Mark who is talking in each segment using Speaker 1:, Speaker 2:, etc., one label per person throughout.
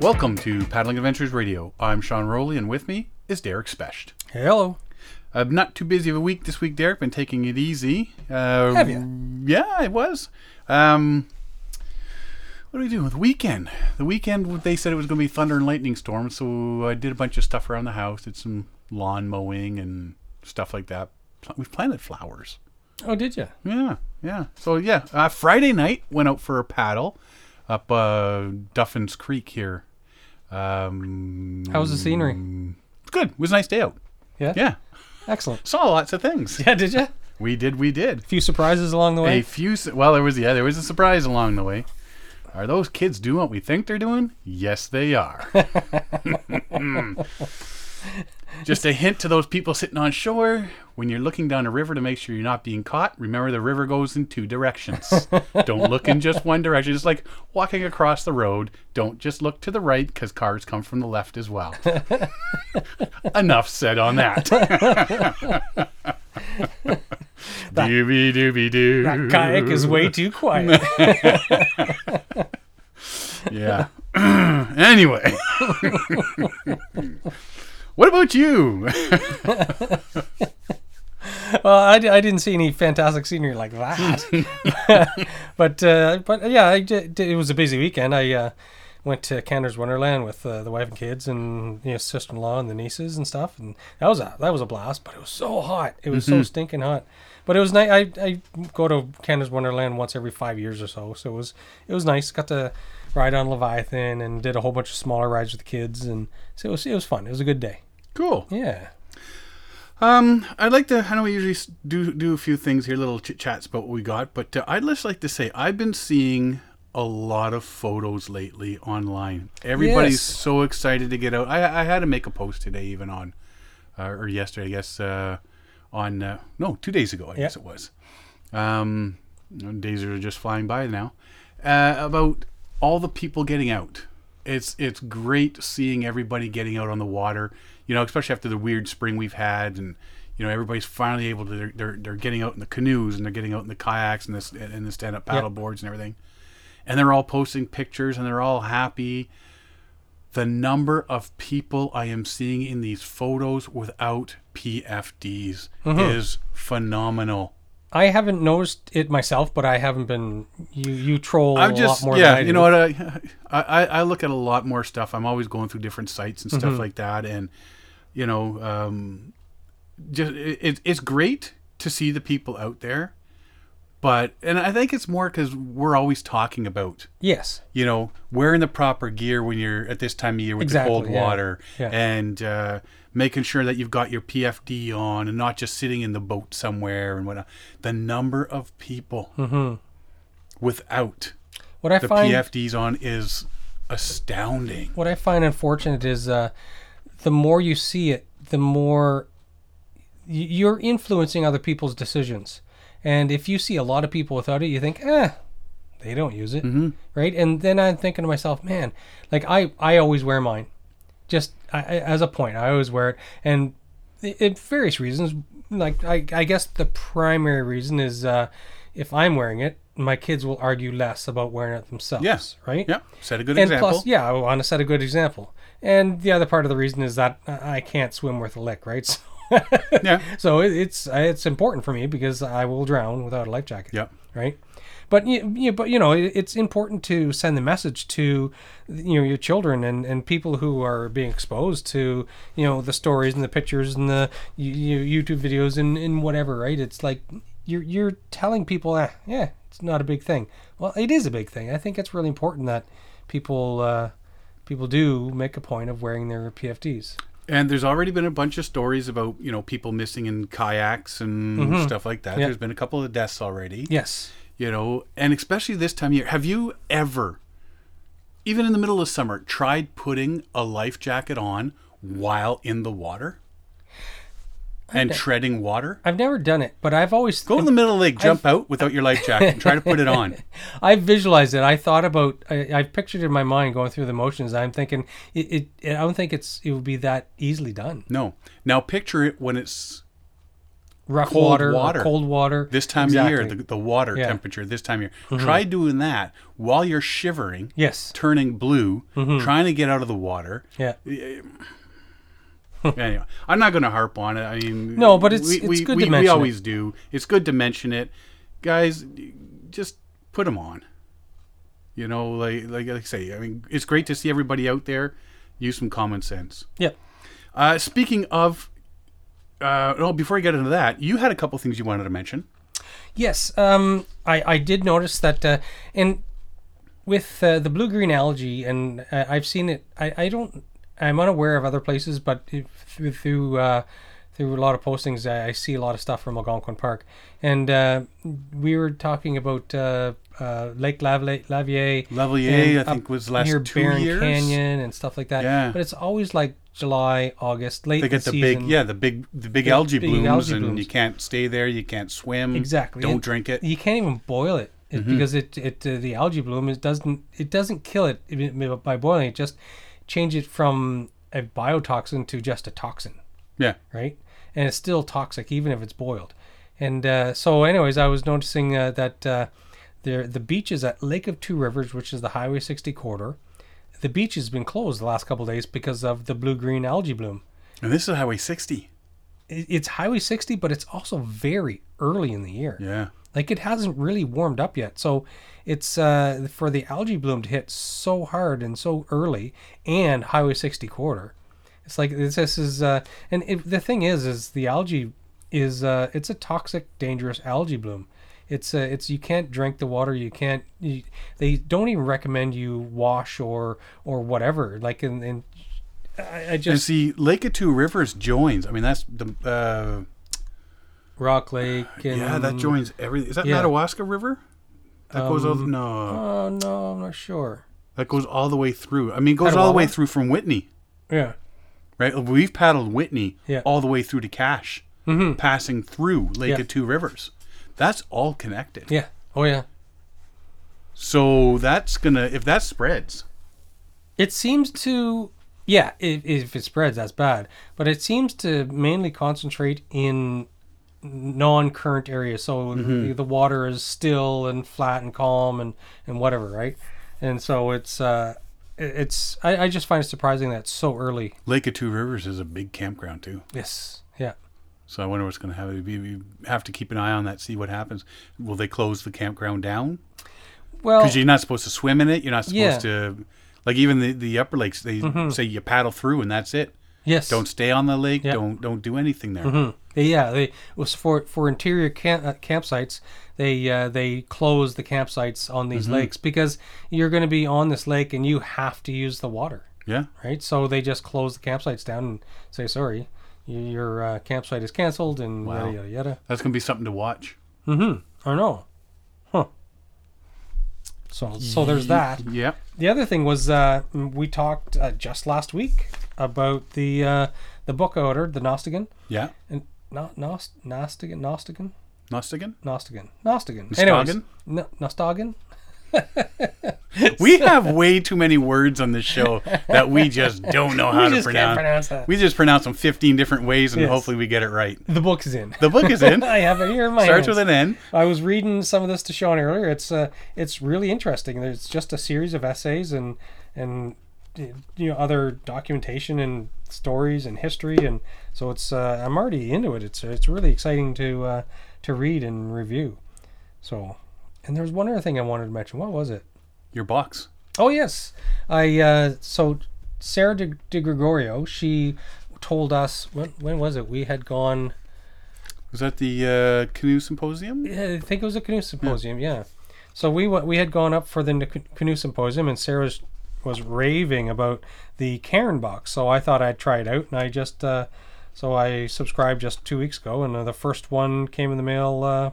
Speaker 1: Welcome to Paddling Adventures Radio. I'm Sean Rowley, and with me is Derek Specht.
Speaker 2: Hello.
Speaker 1: I'm not too busy of a week this week, Derek. Been taking it easy. Uh,
Speaker 2: Have ya?
Speaker 1: Yeah, it was. Um, what do we do with the weekend? The weekend they said it was going to be thunder and lightning storm, so I did a bunch of stuff around the house. Did some lawn mowing and stuff like that. Pl- We've planted flowers.
Speaker 2: Oh, did you?
Speaker 1: Yeah, yeah. So yeah, uh, Friday night went out for a paddle up uh, Duffin's Creek here. Um,
Speaker 2: How was the scenery?
Speaker 1: Good. It was a nice day out.
Speaker 2: Yeah.
Speaker 1: Yeah,
Speaker 2: Excellent.
Speaker 1: saw lots of things.
Speaker 2: Yeah, did you?
Speaker 1: We did. We did.
Speaker 2: Few surprises along the way.
Speaker 1: A few. s- Well, there was yeah, there was a surprise along the way. Are those kids doing what we think they're doing? Yes, they are. Just a hint to those people sitting on shore: when you're looking down a river to make sure you're not being caught, remember the river goes in two directions. don't look in just one direction. It's like walking across the road. Don't just look to the right because cars come from the left as well. Enough said on that. Doobie doobie doo.
Speaker 2: That kayak is way too quiet.
Speaker 1: Yeah. anyway. what about you?
Speaker 2: well, I, di- I didn't see any fantastic scenery like that. but uh, but yeah, I di- di- it was a busy weekend. I uh, went to Canada's Wonderland with uh, the wife and kids and you know, sister-in-law and the nieces and stuff, and that was a that was a blast. But it was so hot. It was so stinking hot. But it was nice. I, I go to Canada's Wonderland once every five years or so, so it was it was nice. Got to ride on Leviathan and did a whole bunch of smaller rides with the kids, and so it was it was fun. It was a good day.
Speaker 1: Cool.
Speaker 2: Yeah.
Speaker 1: Um, I'd like to. I know we usually s- do do a few things here, little chit chats about what we got, but uh, I'd just like to say I've been seeing a lot of photos lately online. Everybody's
Speaker 2: Yes.
Speaker 1: so excited to get out. I, I had to make a post today, even on uh, or yesterday, I guess. Uh, on uh, no, two days ago, I guess it was. Um, days are just flying by now. Uh, about all the people getting out. It's it's great seeing everybody getting out on the water. You know, especially after the weird spring we've had, and you know everybody's finally able to. They're they're, they're getting out in the canoes and they're getting out in the kayaks and this and the stand up paddle boards and everything. And they're all posting pictures and they're all happy. The number of people I am seeing in these photos without PFDs is phenomenal.
Speaker 2: I haven't noticed it myself, but I haven't been. You you troll
Speaker 1: I'm
Speaker 2: a
Speaker 1: just
Speaker 2: lot more.
Speaker 1: yeah,
Speaker 2: than I
Speaker 1: you know what I, I I I look at a lot more stuff. I'm always going through different sites and
Speaker 2: Mm-hmm.
Speaker 1: stuff like that, and you know, um, just it, it- it's great to see the people out there, but and I think it's more because we're always talking about
Speaker 2: Yes,
Speaker 1: you know wearing the proper gear when you're at this time of year with
Speaker 2: Exactly,
Speaker 1: the cold
Speaker 2: yeah,
Speaker 1: water
Speaker 2: yeah.
Speaker 1: and uh, making sure that you've got your PFD on and not just sitting in the boat somewhere and whatnot. The number of people
Speaker 2: Mm-hmm.
Speaker 1: without
Speaker 2: what I
Speaker 1: the
Speaker 2: find
Speaker 1: PFDs on is astounding.
Speaker 2: what I find unfortunate is uh, the more you see it, the more y- you're influencing other people's decisions. And if you see a lot of people without it, you think, eh, they don't use it, right? And then I'm thinking to myself, man, like I I always wear mine, just I, I- as a point, I always wear it, and it, it various reasons. Like I I guess the primary reason is uh, if I'm wearing it, my kids will argue less about wearing it themselves,
Speaker 1: Yes.
Speaker 2: right?
Speaker 1: Yep. Set a good
Speaker 2: and
Speaker 1: example.
Speaker 2: plus, yeah, I want to set a good example. And the other part of the reason is that I I can't swim worth a lick, right? So,
Speaker 1: yeah.
Speaker 2: so it, it's it's important for me because I will drown without a life jacket.
Speaker 1: Yep.
Speaker 2: Right. But you, you, but you know, it, it's important to send the message to you know your children and, and people who are being exposed to you know the stories and the pictures and the you, you YouTube videos and, and whatever. Right. It's like you're you're telling people, ah, yeah, it's not a big thing. Well, it is a big thing. I think it's really important that people. Uh, People do make a point of wearing their PFDs.
Speaker 1: And there's already been a bunch of stories about, you know, people missing in kayaks and stuff like that.
Speaker 2: Mm-hmm. Yeah.
Speaker 1: There's been a couple of deaths already.
Speaker 2: Yes.
Speaker 1: You know, and especially this time of year. Have you ever, even in the middle of summer, tried putting a life jacket on while in the water? And treading water?
Speaker 2: I've never done it, but I've always
Speaker 1: Go in the middle of the lake, jump out without your life jacket, and try to put it on.
Speaker 2: I visualized it. I thought about. I, I pictured in my mind going through the motions. I'm thinking it, it, I don't think it's. It would be that easily done.
Speaker 1: No. Now picture it when it's
Speaker 2: rough
Speaker 1: Cold
Speaker 2: water, or
Speaker 1: water.
Speaker 2: cold water.
Speaker 1: This time of year,
Speaker 2: Exactly.
Speaker 1: the, the water
Speaker 2: Yeah. Mm-hmm.
Speaker 1: temperature this time of year. Try doing that while you're shivering,
Speaker 2: yes.
Speaker 1: turning blue,
Speaker 2: Mm-hmm.
Speaker 1: trying to get out of the water.
Speaker 2: Yeah.
Speaker 1: anyway, I'm not going to harp on it. I mean,
Speaker 2: No, but it's- it's good to
Speaker 1: we,
Speaker 2: mention
Speaker 1: We
Speaker 2: it.
Speaker 1: always do. It's good to mention it, guys. Just put them on. You know, like like I say, I mean, it's great to see everybody out there. Use some common sense.
Speaker 2: Yep.
Speaker 1: Uh, speaking of, uh, well, before I get into that, you had a couple things you wanted to mention.
Speaker 2: Yes, um, I, I did notice that, uh, and with uh, the blue green algae, and uh, I've seen it. I, I don't. I'm unaware of other places, but if, through through, uh, through a lot of postings, I, I see a lot of stuff from Algonquin Park, and uh, we were talking about uh, uh, Lake Lav- Lavier,
Speaker 1: Lavalier,
Speaker 2: and
Speaker 1: I think,
Speaker 2: up
Speaker 1: was last
Speaker 2: near
Speaker 1: two
Speaker 2: Barron
Speaker 1: years.
Speaker 2: Canyon and stuff like that.
Speaker 1: Yeah.
Speaker 2: But it's always like July, August, late.
Speaker 1: They get
Speaker 2: in
Speaker 1: the big,
Speaker 2: season.
Speaker 1: yeah, the big, the big algae
Speaker 2: big
Speaker 1: blooms,
Speaker 2: algae
Speaker 1: and
Speaker 2: blooms.
Speaker 1: you can't stay there. You can't swim.
Speaker 2: Exactly.
Speaker 1: Don't
Speaker 2: And
Speaker 1: drink it.
Speaker 2: you can't even boil it, it because it it uh, the algae bloom it doesn't it doesn't kill it i- i- by boiling it just change it from a biotoxin to just a toxin
Speaker 1: Yeah.
Speaker 2: right and it's still toxic even if it's boiled and uh, so anyways i was noticing uh, that uh, there the beaches at lake of two rivers which is the highway 60 corridor the beach has been closed the last couple of days because of the blue green algae bloom
Speaker 1: And this is Highway 60.
Speaker 2: I- it's highway 60 but it's also very early in the year
Speaker 1: Yeah.
Speaker 2: like it hasn't really warmed up yet so it's uh, for the algae bloom to hit so hard and so early and highway 60 corridor it's like this, this is uh, and it, the thing is is the algae is uh, it's a toxic dangerous algae bloom it's uh, it's you can't drink the water you can't you, they don't even recommend you wash or or whatever like and, and I, I
Speaker 1: And
Speaker 2: just
Speaker 1: see, Lake of Two Rivers joins. I mean, that's the uh,
Speaker 2: rock lake and
Speaker 1: yeah, that joins everything. Is that
Speaker 2: Um, yeah.
Speaker 1: Madawaska River? That goes all no,
Speaker 2: oh no i'm not sure
Speaker 1: that goes all the way through. I mean, it goes all the way
Speaker 2: Petawawa?
Speaker 1: through from Whitney,
Speaker 2: yeah
Speaker 1: right? We've paddled Whitney
Speaker 2: Yeah.
Speaker 1: all the way through to Cache,
Speaker 2: Mm-hmm.
Speaker 1: passing through Lake
Speaker 2: Yeah.
Speaker 1: of Two Rivers. That's all connected.
Speaker 2: yeah oh yeah
Speaker 1: So that's gonna if that spreads.
Speaker 2: It seems to, yeah, if, if it spreads, that's bad. But it seems to mainly concentrate in non-current areas, so the, the water is still and flat and calm and and whatever, right? And so it's uh, it- it's I, I just find it surprising that it's so early.
Speaker 1: Lake of Two Rivers is a big campground too.
Speaker 2: Yes. Yeah.
Speaker 1: So I wonder what's going to happen. We- We have to keep an eye on that, see what happens. Will they close the campground down?
Speaker 2: Well,
Speaker 1: because you're not supposed to swim in it. You're not supposed
Speaker 2: Oh. Yeah. Mm-hmm.
Speaker 1: to, like even the, the upper lakes. They say you paddle through and that's it.
Speaker 2: yes.
Speaker 1: Don't stay on the lake.
Speaker 2: Yeah. Mm-hmm.
Speaker 1: Don't don't do anything there.
Speaker 2: Yeah, they was for for interior camp, uh, campsites. They uh, they close the campsites on these lakes because you're going to be on this lake and you have to use the water,
Speaker 1: Yeah,
Speaker 2: right? So they just close the campsites down and say sorry, y- your uh, campsite is canceled and
Speaker 1: Wow.
Speaker 2: yada yada yada.
Speaker 1: that's gonna be something to watch.
Speaker 2: Mm-hmm. I know, huh? So so there's that.
Speaker 1: Yep.
Speaker 2: The other thing was uh, we talked uh, just last week about the uh, the book I ordered, the Nostigan,
Speaker 1: Yeah.
Speaker 2: and not Nost Nostigan Nostigan.
Speaker 1: Nostigan.
Speaker 2: Nostigan. Nostigan.
Speaker 1: Nostogan?
Speaker 2: Anyways, no, Nostogan?
Speaker 1: We have way too many words on this show that we just don't know how
Speaker 2: We
Speaker 1: to
Speaker 2: just
Speaker 1: pronounce.
Speaker 2: can't pronounce that.
Speaker 1: We just pronounce them 15 different ways, and
Speaker 2: Yes.
Speaker 1: hopefully we get it right.
Speaker 2: The book's in.
Speaker 1: The book is in.
Speaker 2: I have it here in my
Speaker 1: Starts with
Speaker 2: hands.
Speaker 1: an N.
Speaker 2: I was reading some of this to Sean earlier. It's uh, it's really interesting. It's just a series of essays and and you know other documentation and stories and history and so it's uh, I'm already into it. It's it's really exciting to uh, to read and review. So and there was one other thing I wanted to mention. What was it?
Speaker 1: Your box.
Speaker 2: Oh yes, I uh, so Sarah De, De Gregorio. She told us when when was it? We had gone.
Speaker 1: Was that the uh, canoe symposium?
Speaker 2: I think it was a canoe symposium. Yeah. So we went, we had gone up for the n- canoe symposium, and Sarah was, was raving about the Karen box. So I thought I'd try it out, and I just uh, so I subscribed just two weeks ago, and uh, the first one came in the mail. Uh,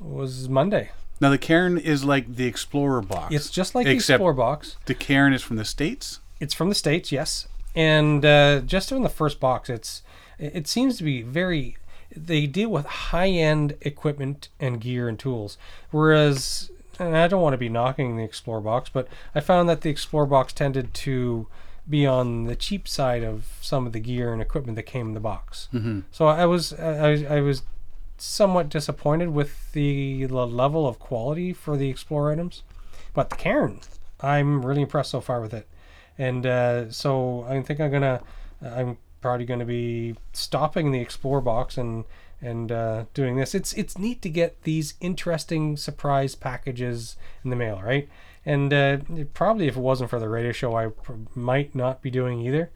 Speaker 2: was Monday.
Speaker 1: Now the Cairn is like the Explorer box.
Speaker 2: It's just like the
Speaker 1: Except-
Speaker 2: Explore box.
Speaker 1: the Cairn is from the states.
Speaker 2: it's from the states, yes. And uh, just in the first box, it's it seems to be very. They deal with high-end equipment and gear and tools, whereas, and I don't want to be knocking the Explore box, but I found that the Explore box tended to be on the cheap side of some of the gear and equipment that came in the box.
Speaker 1: Mm-hmm.
Speaker 2: So I was I, was- I was somewhat disappointed with the l- level of quality for the Explorer items, but the Cairn, I'm really impressed so far with it, and uh, so I think I'm gonna I'm probably gonna be stopping the Explorer box and and uh, doing this. It's it's neat to get these interesting surprise packages in the mail, right? And uh, it- probably if it wasn't for the radio show, I pr- might not be doing either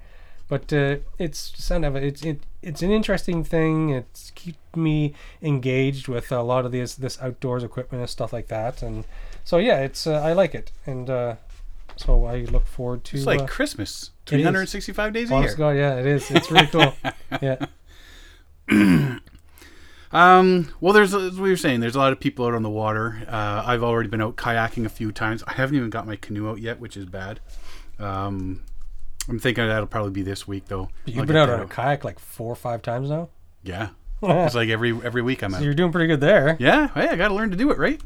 Speaker 2: but uh, it's kind of a, it's it, it's an interesting thing. It's keep me engaged with a lot of this this outdoors equipment and stuff like that. And so yeah, it's uh, I like it, and uh, so I look forward to.
Speaker 1: It's
Speaker 2: uh,
Speaker 1: like Christmas,
Speaker 2: it is.
Speaker 1: 365 days a
Speaker 2: honest
Speaker 1: year.
Speaker 2: to God, yeah, it is. It's really cool. yeah,
Speaker 1: Um, well, there's as we were saying, there's a lot of people out on the water. Uh, I've already been out kayaking a few times. I haven't even got my canoe out yet, which is bad. Um, I'm thinking that'll probably be this week though. I'll
Speaker 2: you've been
Speaker 1: get
Speaker 2: out
Speaker 1: that
Speaker 2: on a kayak like four or five times now.
Speaker 1: Yeah, it's like every every week I'm
Speaker 2: So
Speaker 1: out.
Speaker 2: you're doing pretty good there.
Speaker 1: Yeah, hey, I got to learn to do it right.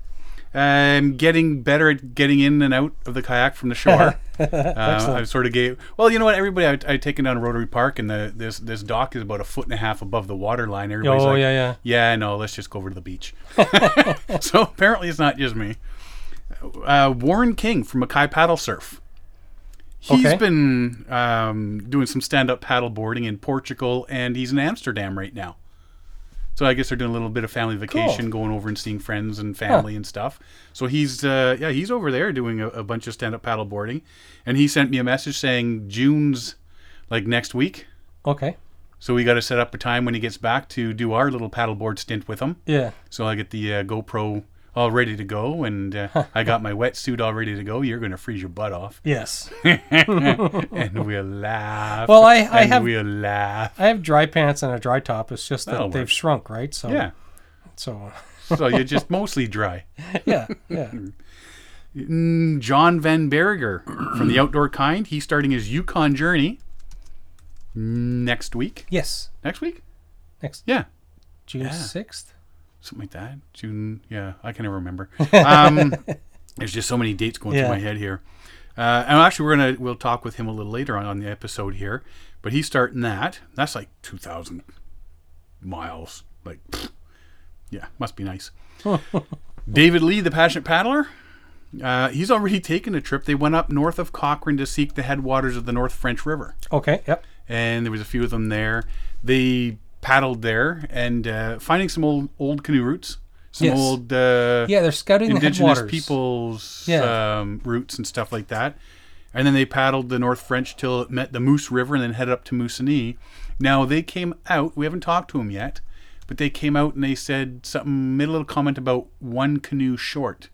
Speaker 1: I'm getting better at getting in and out of the kayak from the shore. uh, I've sort of gave well, you know what? Everybody, I, I taken down to Rotary Park, and the this this dock is about a foot and a half above the water line. Everybody's
Speaker 2: oh
Speaker 1: like,
Speaker 2: yeah, yeah.
Speaker 1: yeah, no, let's just go over to the beach. so apparently it's not just me. Uh, Warren King from Mackay Paddle Surf. He's
Speaker 2: Okay.
Speaker 1: been um, doing some stand-up paddle boarding in Portugal, and he's in Amsterdam right now. So I guess they're doing a little bit of family vacation, going over and seeing friends and family and stuff. So he's uh, yeah, he's over there doing a, a bunch of stand-up paddle boarding, and he sent me a message saying June's like next week.
Speaker 2: Okay,
Speaker 1: So we got to set up a time when he gets back to do our little paddleboard stint with him.
Speaker 2: yeah.
Speaker 1: So I get the uh, GoPro all ready to go, and uh, I got my wetsuit all ready to go. You're going to freeze your butt off,
Speaker 2: Yes,
Speaker 1: and we'll laugh.
Speaker 2: Well, I- I
Speaker 1: and
Speaker 2: have-
Speaker 1: We'll laugh.
Speaker 2: I have dry pants and a dry top. It's just that
Speaker 1: That'll
Speaker 2: they've
Speaker 1: work.
Speaker 2: shrunk, right? So
Speaker 1: Oh, Yeah.
Speaker 2: so
Speaker 1: So you're just mostly dry.
Speaker 2: yeah, yeah.
Speaker 1: Mm, John Van Berger from the Outdoor Kind. He's starting his Yukon journey next week.
Speaker 2: yes,
Speaker 1: Next week?
Speaker 2: next
Speaker 1: Yeah.
Speaker 2: June sixth.
Speaker 1: something like that. June, yeah, I can never remember. Um, there's just so many dates going
Speaker 2: Yeah.
Speaker 1: through my head here. Uh, and actually, we're gonna we'll talk with him a little later on on the episode here. But he's starting that. That's like two thousand miles. Like, pfft. yeah, must be nice. David Lee, the passionate paddler. Uh, he's already taken a trip. They went up north of Cochrane to seek the headwaters of the North French River
Speaker 2: Okay. Yep.
Speaker 1: and there was a few of them there. They paddled there and uh, finding some old old canoe routes, some
Speaker 2: Yes.
Speaker 1: old uh,
Speaker 2: Yeah, they're scouting the
Speaker 1: indigenous
Speaker 2: headwaters.
Speaker 1: peoples
Speaker 2: Yeah.
Speaker 1: um, routes and stuff like that. And then they paddled the North French till it met the Moose River and then headed up to Moosonee. Now they came out. We haven't talked to them yet, but they came out and they said something made a little comment about one canoe short.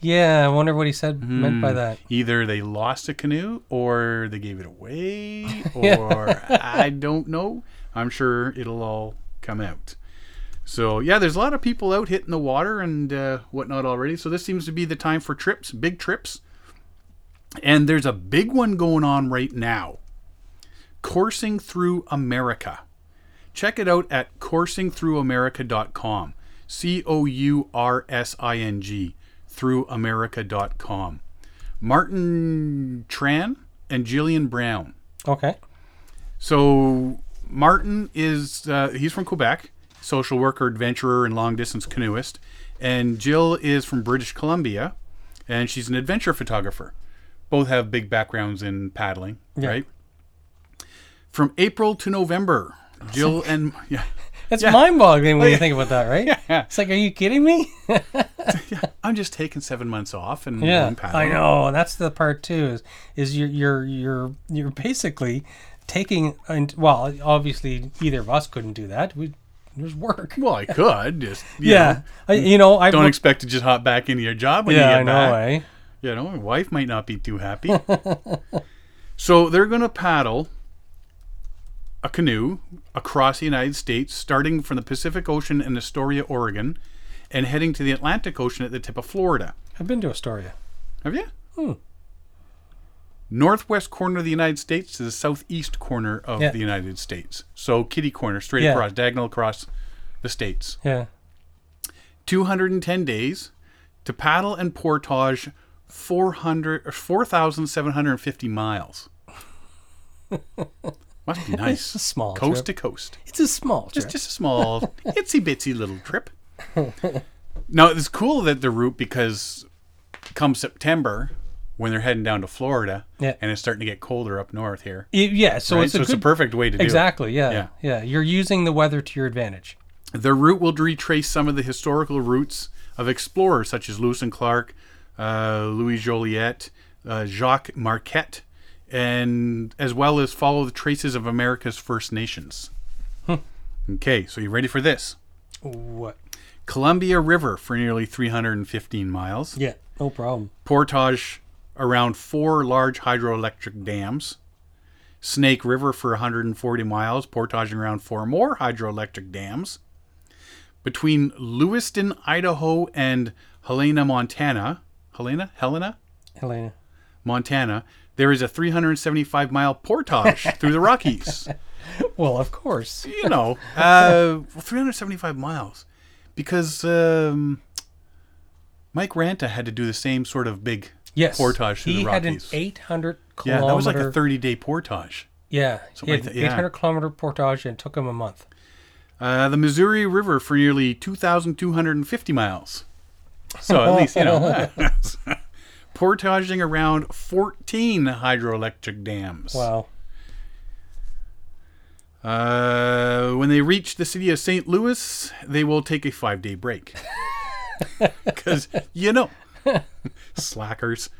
Speaker 2: Yeah, I wonder what he said meant
Speaker 1: Hmm.
Speaker 2: by that.
Speaker 1: Either they lost a canoe or they gave it away, or I don't know. I'm sure it'll all come out. So, yeah, there's a lot of people out hitting the water and uh, whatnot already. So, this seems to be the time for trips, big trips. And there's a big one going on right now Coursing Through America. Check it out at coursingthroughamerica.com. C O U R S I N G, throughamerica.com. Martin Tran and Jillian Brown.
Speaker 2: Okay.
Speaker 1: So Martin is uh, he's from Quebec, social worker, adventurer, and long distance canoeist, and Jill is from British Columbia, and she's an adventure photographer. Both have big backgrounds in paddling, right? From April to November, Jill and yeah,
Speaker 2: It's mind boggling when you think about that, right? It's like, are you kidding me?
Speaker 1: I'm just taking seven months off and
Speaker 2: yeah.
Speaker 1: going paddling.
Speaker 2: I know. and That's the part too, is is you're you're you're you're basically taking and well, obviously either of us couldn't do that. We there's work.
Speaker 1: Well, I could just you
Speaker 2: yeah.
Speaker 1: know,
Speaker 2: I, you know, I
Speaker 1: don't expect to just hop back into your job when
Speaker 2: Yeah,
Speaker 1: you
Speaker 2: I
Speaker 1: get
Speaker 2: know,
Speaker 1: back.
Speaker 2: eh?
Speaker 1: You know, my wife might not be too happy. so they're going to paddle a canoe across the United States, starting from the Pacific Ocean in Astoria, Oregon, and heading to the Atlantic Ocean at the tip of Florida.
Speaker 2: I've been to Astoria.
Speaker 1: Have you?
Speaker 2: Hmm.
Speaker 1: Northwest corner of the United States to the southeast corner of
Speaker 2: Yeah.
Speaker 1: the United States. So kitty corner, straight
Speaker 2: Yeah.
Speaker 1: across, diagonal across the states.
Speaker 2: Yeah.
Speaker 1: 210 days to paddle and portage 400 or 4,750 miles. Must be nice.
Speaker 2: a small
Speaker 1: coast
Speaker 2: trip.
Speaker 1: to coast.
Speaker 2: It's a small trip.
Speaker 1: Just just a small itsy bitsy little trip. now it's cool that the route because come September when they're heading down to Florida
Speaker 2: Yeah.
Speaker 1: and it's starting to get colder up north here.
Speaker 2: Y- yeah, so
Speaker 1: right?
Speaker 2: it's
Speaker 1: so
Speaker 2: a
Speaker 1: it's a
Speaker 2: good.
Speaker 1: perfect way to do it.
Speaker 2: exactly. Yeah,
Speaker 1: Yeah.
Speaker 2: yeah. You're using the weather to your advantage.
Speaker 1: The route will retrace some of the historical routes of explorers such as Lewis and Clark, uh, Louis Joliet, uh, Jacques Marquette, and as well as follow the traces of America's First Nations. Okay, so you ready for this?
Speaker 2: What?
Speaker 1: Columbia River for nearly 315 miles,
Speaker 2: Yeah. No problem.
Speaker 1: portage around four large hydroelectric dams, Snake River for 140 miles, portaging around four more hydroelectric dams. Between Lewiston, Idaho and Helena, Montana, Helena, Helena,
Speaker 2: Helena.
Speaker 1: Montana, there is a 375 mile portage through the Rockies.
Speaker 2: Well, of course.
Speaker 1: You know, uh, 375 miles because um, Mike Ranta had to do the same sort of big
Speaker 2: Yes.
Speaker 1: portage through
Speaker 2: he
Speaker 1: the
Speaker 2: had an
Speaker 1: Rockies.
Speaker 2: 800
Speaker 1: yeah,
Speaker 2: kilometer.
Speaker 1: that was like a 30 day portage.
Speaker 2: Yeah. He
Speaker 1: like
Speaker 2: had
Speaker 1: that, yeah.
Speaker 2: 800 kilometer portage and it took him a month.
Speaker 1: Uh, the Missouri River for nearly 2,250 miles. So at least, you know, portaging around 14 hydroelectric dams.
Speaker 2: Wow.
Speaker 1: Uh, when they reach the city of St. Louis, they will take a five day break. Because, you know, slackers.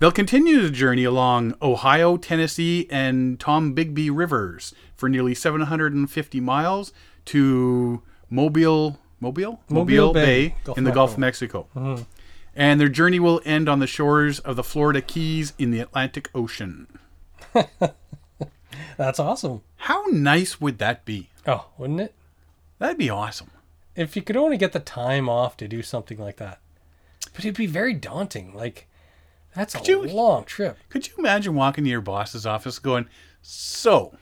Speaker 1: They'll continue the journey along Ohio, Tennessee, and Tom Bigby rivers for nearly 750 miles to Mobile, Mobile, Mobile, Bay,
Speaker 2: Bay, Gulf
Speaker 1: in the
Speaker 2: of
Speaker 1: Gulf of Mexico. And their journey will end on the shores of the Florida Keys in the Atlantic Ocean.
Speaker 2: That's awesome.
Speaker 1: How nice would that be?
Speaker 2: Oh, wouldn't it?
Speaker 1: That'd be awesome.
Speaker 2: If you could only get the time off to do something like that. But it'd be very daunting. Like, that's a
Speaker 1: you-
Speaker 2: long trip.
Speaker 1: Could you imagine walking to your boss's office going, So,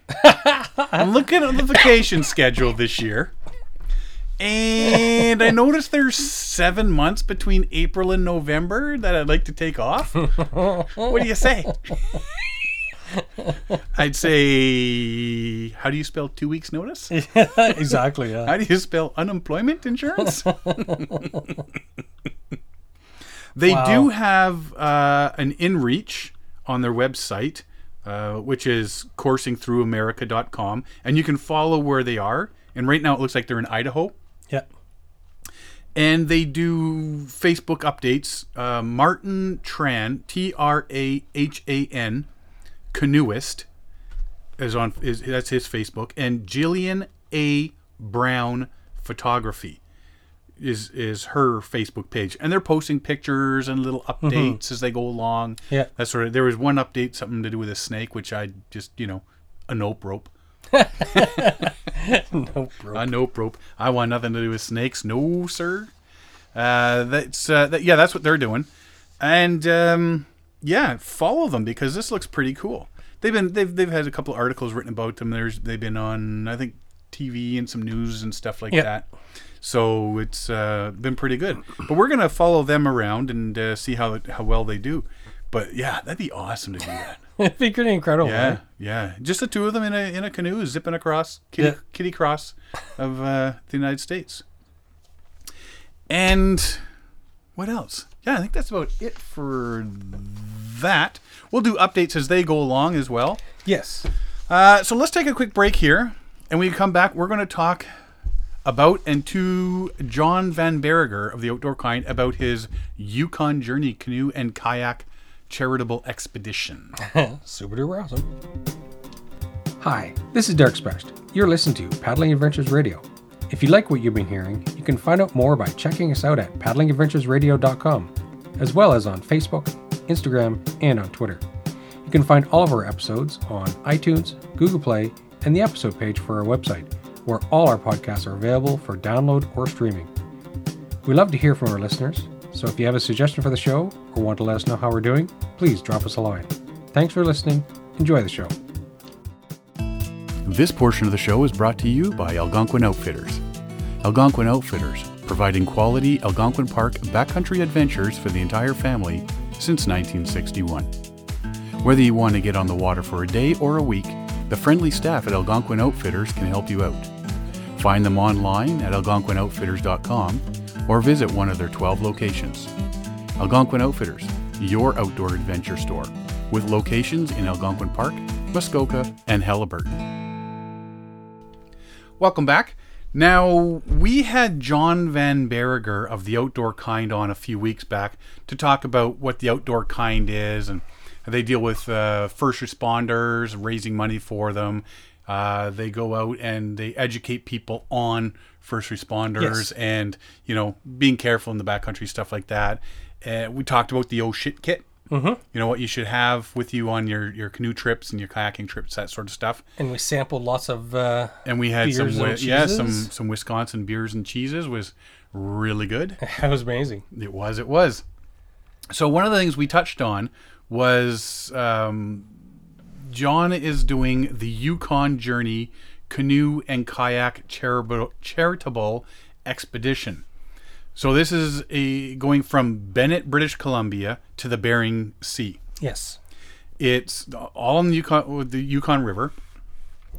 Speaker 1: I'm looking at the vacation schedule this year, and I noticed there's seven months between April and November that I'd like to take off. What do you say? I'd say, How do you spell two weeks' notice?
Speaker 2: exactly. Yeah.
Speaker 1: How do you spell unemployment insurance? they do have uh, an inReach on their website, uh, which is coursingthroughamerica.com, and you can follow where they are. And right now, it looks like they're in Idaho,
Speaker 2: yeah.
Speaker 1: and they do Facebook updates. Uh, Martin Tran, T R A H A N, canoeist, is on. Is, that's his Facebook, and Jillian A Brown Photography is is her Facebook page, and they're posting pictures and little updates as they go along.
Speaker 2: Yeah.
Speaker 1: that sort of. There was one update, something to do with a snake, which I just you know, a nope rope.
Speaker 2: No, bro.
Speaker 1: A Uh, nope rope. I want nothing to do with snakes. No, sir. Uh, that's uh, that, yeah, that's what they're doing, and um, yeah, follow them because this looks pretty cool. They've been they've they've had a couple articles written about them. There's they've been on I think TV and some news and stuff like
Speaker 2: Yep.
Speaker 1: that. So it's uh, been pretty good. But we're gonna follow them around and uh, see how how well they do. But yeah, that'd be awesome to do that.
Speaker 2: It'd be pretty incredible.
Speaker 1: Yeah,
Speaker 2: right?
Speaker 1: yeah. Just the two of them in a in a canoe zipping across kitty,
Speaker 2: Yeah.
Speaker 1: kitty cross of uh, the United States. And what else? Yeah, I think that's about it for that. We'll do updates as they go along as well.
Speaker 2: Yes.
Speaker 1: Uh, so let's take a quick break here, and when we come back, we're going to talk about and to John Van Berger of the Outdoor Kind about his Yukon Journey canoe and kayak charitable expedition.
Speaker 2: Super duper awesome. Hi, this is Derek Sprest. You're listening to Paddling Adventures Radio. If you like what you've been hearing, you can find out more by checking us out at paddlingadventuresradio.com, as well as on Facebook, Instagram, and on Twitter. You can find all of our episodes on iTunes, Google Play, and the episode page for our website, where all our podcasts are available for download or streaming. We love to hear from our listeners, so if you have a suggestion for the show or want to let us know how we're doing, please drop us a line. Thanks for listening. Enjoy the show.
Speaker 1: This portion of the show is brought to you by Algonquin Outfitters. Algonquin Outfitters, providing quality Algonquin Park backcountry adventures for the entire family since 1961. Whether you want to get on the water for a day or a week, the friendly staff at Algonquin Outfitters can help you out. Find them online at algonquinoutfitters.com or visit one of their 12 locations. Algonquin Outfitters, your outdoor adventure store, with locations in Algonquin Park, Muskoka, and Halliburton. Welcome back. Now, we had John Van Berriger of the Outdoor Kind on a few weeks back to talk about what the Outdoor Kind is and how they deal with uh, first responders, raising money for them. Uh, they go out and they educate people on first responders
Speaker 2: Yes.
Speaker 1: and, you know, being careful in the backcountry, stuff like that. Uh, we talked about the oh shit kit. Mm-hmm. You know, what you should have with you on your, your canoe trips and your kayaking trips, that sort of stuff
Speaker 2: And we sampled lots of. Uh,
Speaker 1: and we had
Speaker 2: Beers
Speaker 1: some
Speaker 2: and
Speaker 1: wi- yeah some
Speaker 2: cheeses?
Speaker 1: some Wisconsin beers and cheeses was really good.
Speaker 2: that was amazing.
Speaker 1: It was it was. So one of the things we touched on was um, John is doing the Yukon Journey canoe and kayak charitable, charitable expedition. So this is a going from Bennett, British Columbia to the Bering Sea.
Speaker 2: Yes.
Speaker 1: It's all on the Yukon, with the Yukon River,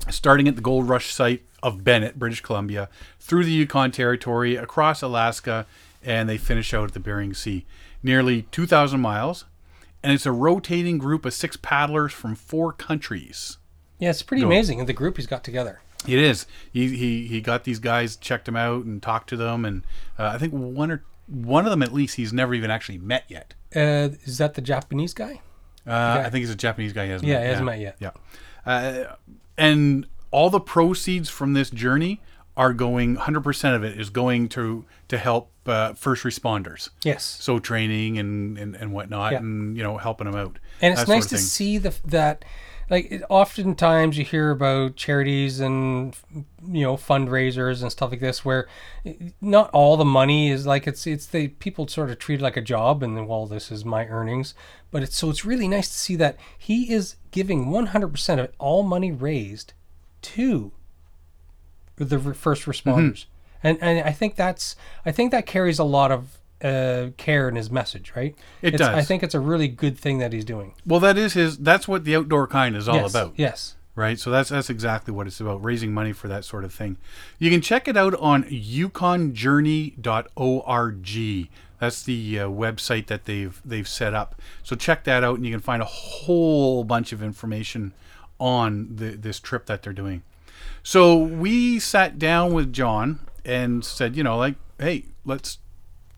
Speaker 1: starting at the gold rush site of Bennett, British Columbia, through the Yukon Territory, across Alaska, and they finish out at the Bering Sea. Nearly 2,000 miles, and it's a rotating group of six paddlers from four countries.
Speaker 2: Yeah, it's pretty amazing. And the group he's got together.
Speaker 1: It is. He he, he got these guys, checked them out, and talked to them, and uh, I think one or one of them at least he's never even actually met yet.
Speaker 2: Uh, is that the Japanese guy?
Speaker 1: Uh, I think he's a Japanese guy. He hasn't
Speaker 2: Yeah,
Speaker 1: met,
Speaker 2: he hasn't met yet.
Speaker 1: Yeah, uh, and all the proceeds from this journey are going 100% of it is going to to help uh, first responders
Speaker 2: Yes.
Speaker 1: so training and and, and whatnot
Speaker 2: Yeah.
Speaker 1: and you know helping them out
Speaker 2: And it's
Speaker 1: that sort
Speaker 2: nice
Speaker 1: of
Speaker 2: to
Speaker 1: thing.
Speaker 2: see the that, like, it, oftentimes you hear about charities and you know fundraisers and stuff like this, where eh, not all the money is like it's it's the people sort of treat it like a job, and then well, this is my earnings. But it's so it's really nice to see that he is giving 100% of all money raised to the re- first
Speaker 1: Mm-hmm.
Speaker 2: responders, and and I think that's I think that carries a lot of uh, care in his message, right?
Speaker 1: It
Speaker 2: It's- I
Speaker 1: does.
Speaker 2: think it's a really good thing that he's doing.
Speaker 1: well that is his that's what the outdoor kind is all
Speaker 2: yes.
Speaker 1: about
Speaker 2: Yes.
Speaker 1: right so that's that's exactly what it's about raising money for that sort of thing you can check it out on yukonjourney.org that's the uh, website that they've they've set up so check that out and you can find a whole bunch of information on the, this trip that they're doing so we sat down with john and said you know like hey let's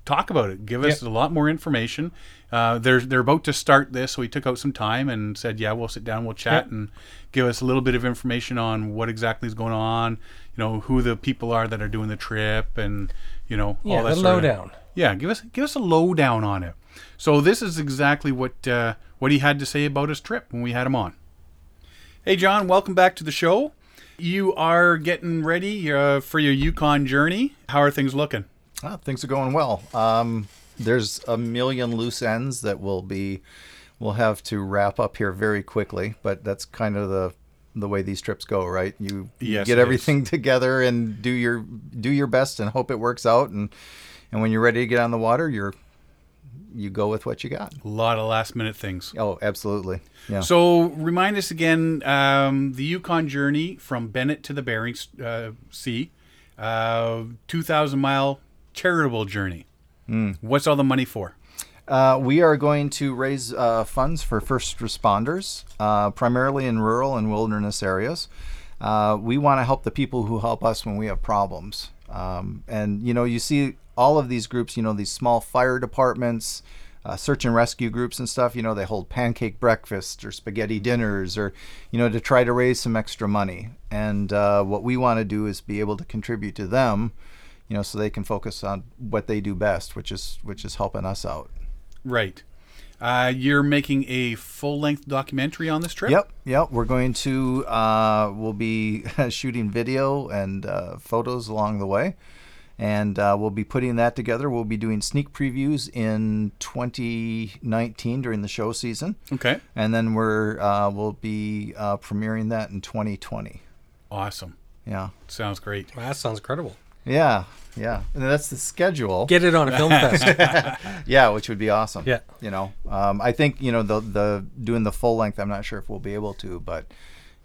Speaker 1: talk about it. Give us a lot more information. Uh, they're they're about to start this, so we took out some time and said, yeah, we'll sit down, we'll chat, and give us a little bit of information on what exactly is going on. You know, who the people are that are doing the trip, and you know,
Speaker 2: Yeah,
Speaker 1: all that
Speaker 2: the
Speaker 1: sort of-
Speaker 2: lowdown.
Speaker 1: yeah, give us give us a lowdown on it. So this is exactly what uh, what he had to say about his trip when we had him on. Hey, John, welcome back to the show. You are getting ready uh, for your Yukon journey. How are things looking?
Speaker 3: Ah, things are going well. Um, there's a million loose ends that will be we'll have to wrap up here very quickly, but that's kind of the the way these trips go, right? You, you
Speaker 1: Yes,
Speaker 3: get
Speaker 1: it
Speaker 3: everything together and do your do your best and hope it works out and and when you're ready to get on the water, you're you go with what you got.
Speaker 1: A lot of last minute things.
Speaker 3: Oh, absolutely. Yeah.
Speaker 1: So remind us again um, the Yukon journey from Bennett to the Bering uh, Sea, uh, 2,000 mile charitable journey.
Speaker 3: Hmm.
Speaker 1: What's all the money for?
Speaker 3: Uh, we are going to raise uh, funds for first responders, uh, primarily in rural and wilderness areas. Uh, we want to help the people who help us when we have problems. Um, and, you know, you see all of these groups, you know, these small fire departments, uh, search and rescue groups and stuff, you know, they hold pancake breakfasts or spaghetti dinners or, you know, to try to raise some extra money. And uh, what we want to do is be able to contribute to them. You know, so they can focus on what they do best, which is which is helping us out.
Speaker 1: Right. Uh, you're making a full length documentary on this trip?
Speaker 3: Yep, yep. We're going to uh, we'll be shooting video and uh, photos along the way, and uh, we'll be putting that together. We'll be doing sneak previews in 2019 during the show season,
Speaker 1: Okay.
Speaker 3: and then we're uh, we'll be uh, premiering that in 2020.
Speaker 1: Awesome.
Speaker 3: Yeah.
Speaker 1: Sounds great.
Speaker 2: Wow, that sounds incredible.
Speaker 3: Yeah, yeah. And that's the schedule.
Speaker 2: Get it on a film fest.
Speaker 3: yeah, which would be awesome.
Speaker 2: Yeah.
Speaker 3: You know, um, I think you know the the doing the full length. I'm not sure if we'll be able to, but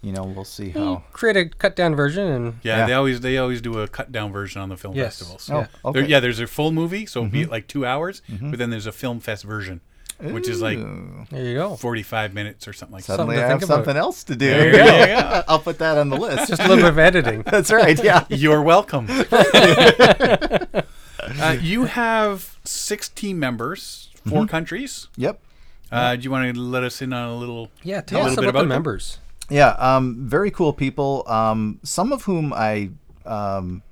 Speaker 3: you know, we'll see how.
Speaker 2: Create a cut down version and
Speaker 1: Yeah,
Speaker 3: Yeah.
Speaker 1: they always they always do a cut down version on the film
Speaker 2: Yes.
Speaker 1: festivals.
Speaker 3: Oh,
Speaker 1: yeah.
Speaker 3: okay. Mm-hmm.
Speaker 1: There, yeah, there's a full movie, so it'll be like two hours, but then there's a film fest version, which is like
Speaker 3: Ooh.
Speaker 2: there you go.
Speaker 1: forty five minutes or something like that.
Speaker 3: suddenly
Speaker 2: to
Speaker 3: I have
Speaker 2: think about.
Speaker 3: something else to do.
Speaker 1: There you go.
Speaker 3: I'll put that on the list.
Speaker 2: Just a little bit of editing.
Speaker 3: That's right. Yeah.
Speaker 1: You're welcome. uh, you have six team members, 4 countries.
Speaker 3: Yep.
Speaker 1: Uh, do you want to let us in on a little?
Speaker 2: Yeah, tell
Speaker 1: A
Speaker 2: us
Speaker 1: little bit
Speaker 2: about the
Speaker 1: about them.
Speaker 2: members.
Speaker 3: Yeah, um, very cool people. Um, some of whom I um,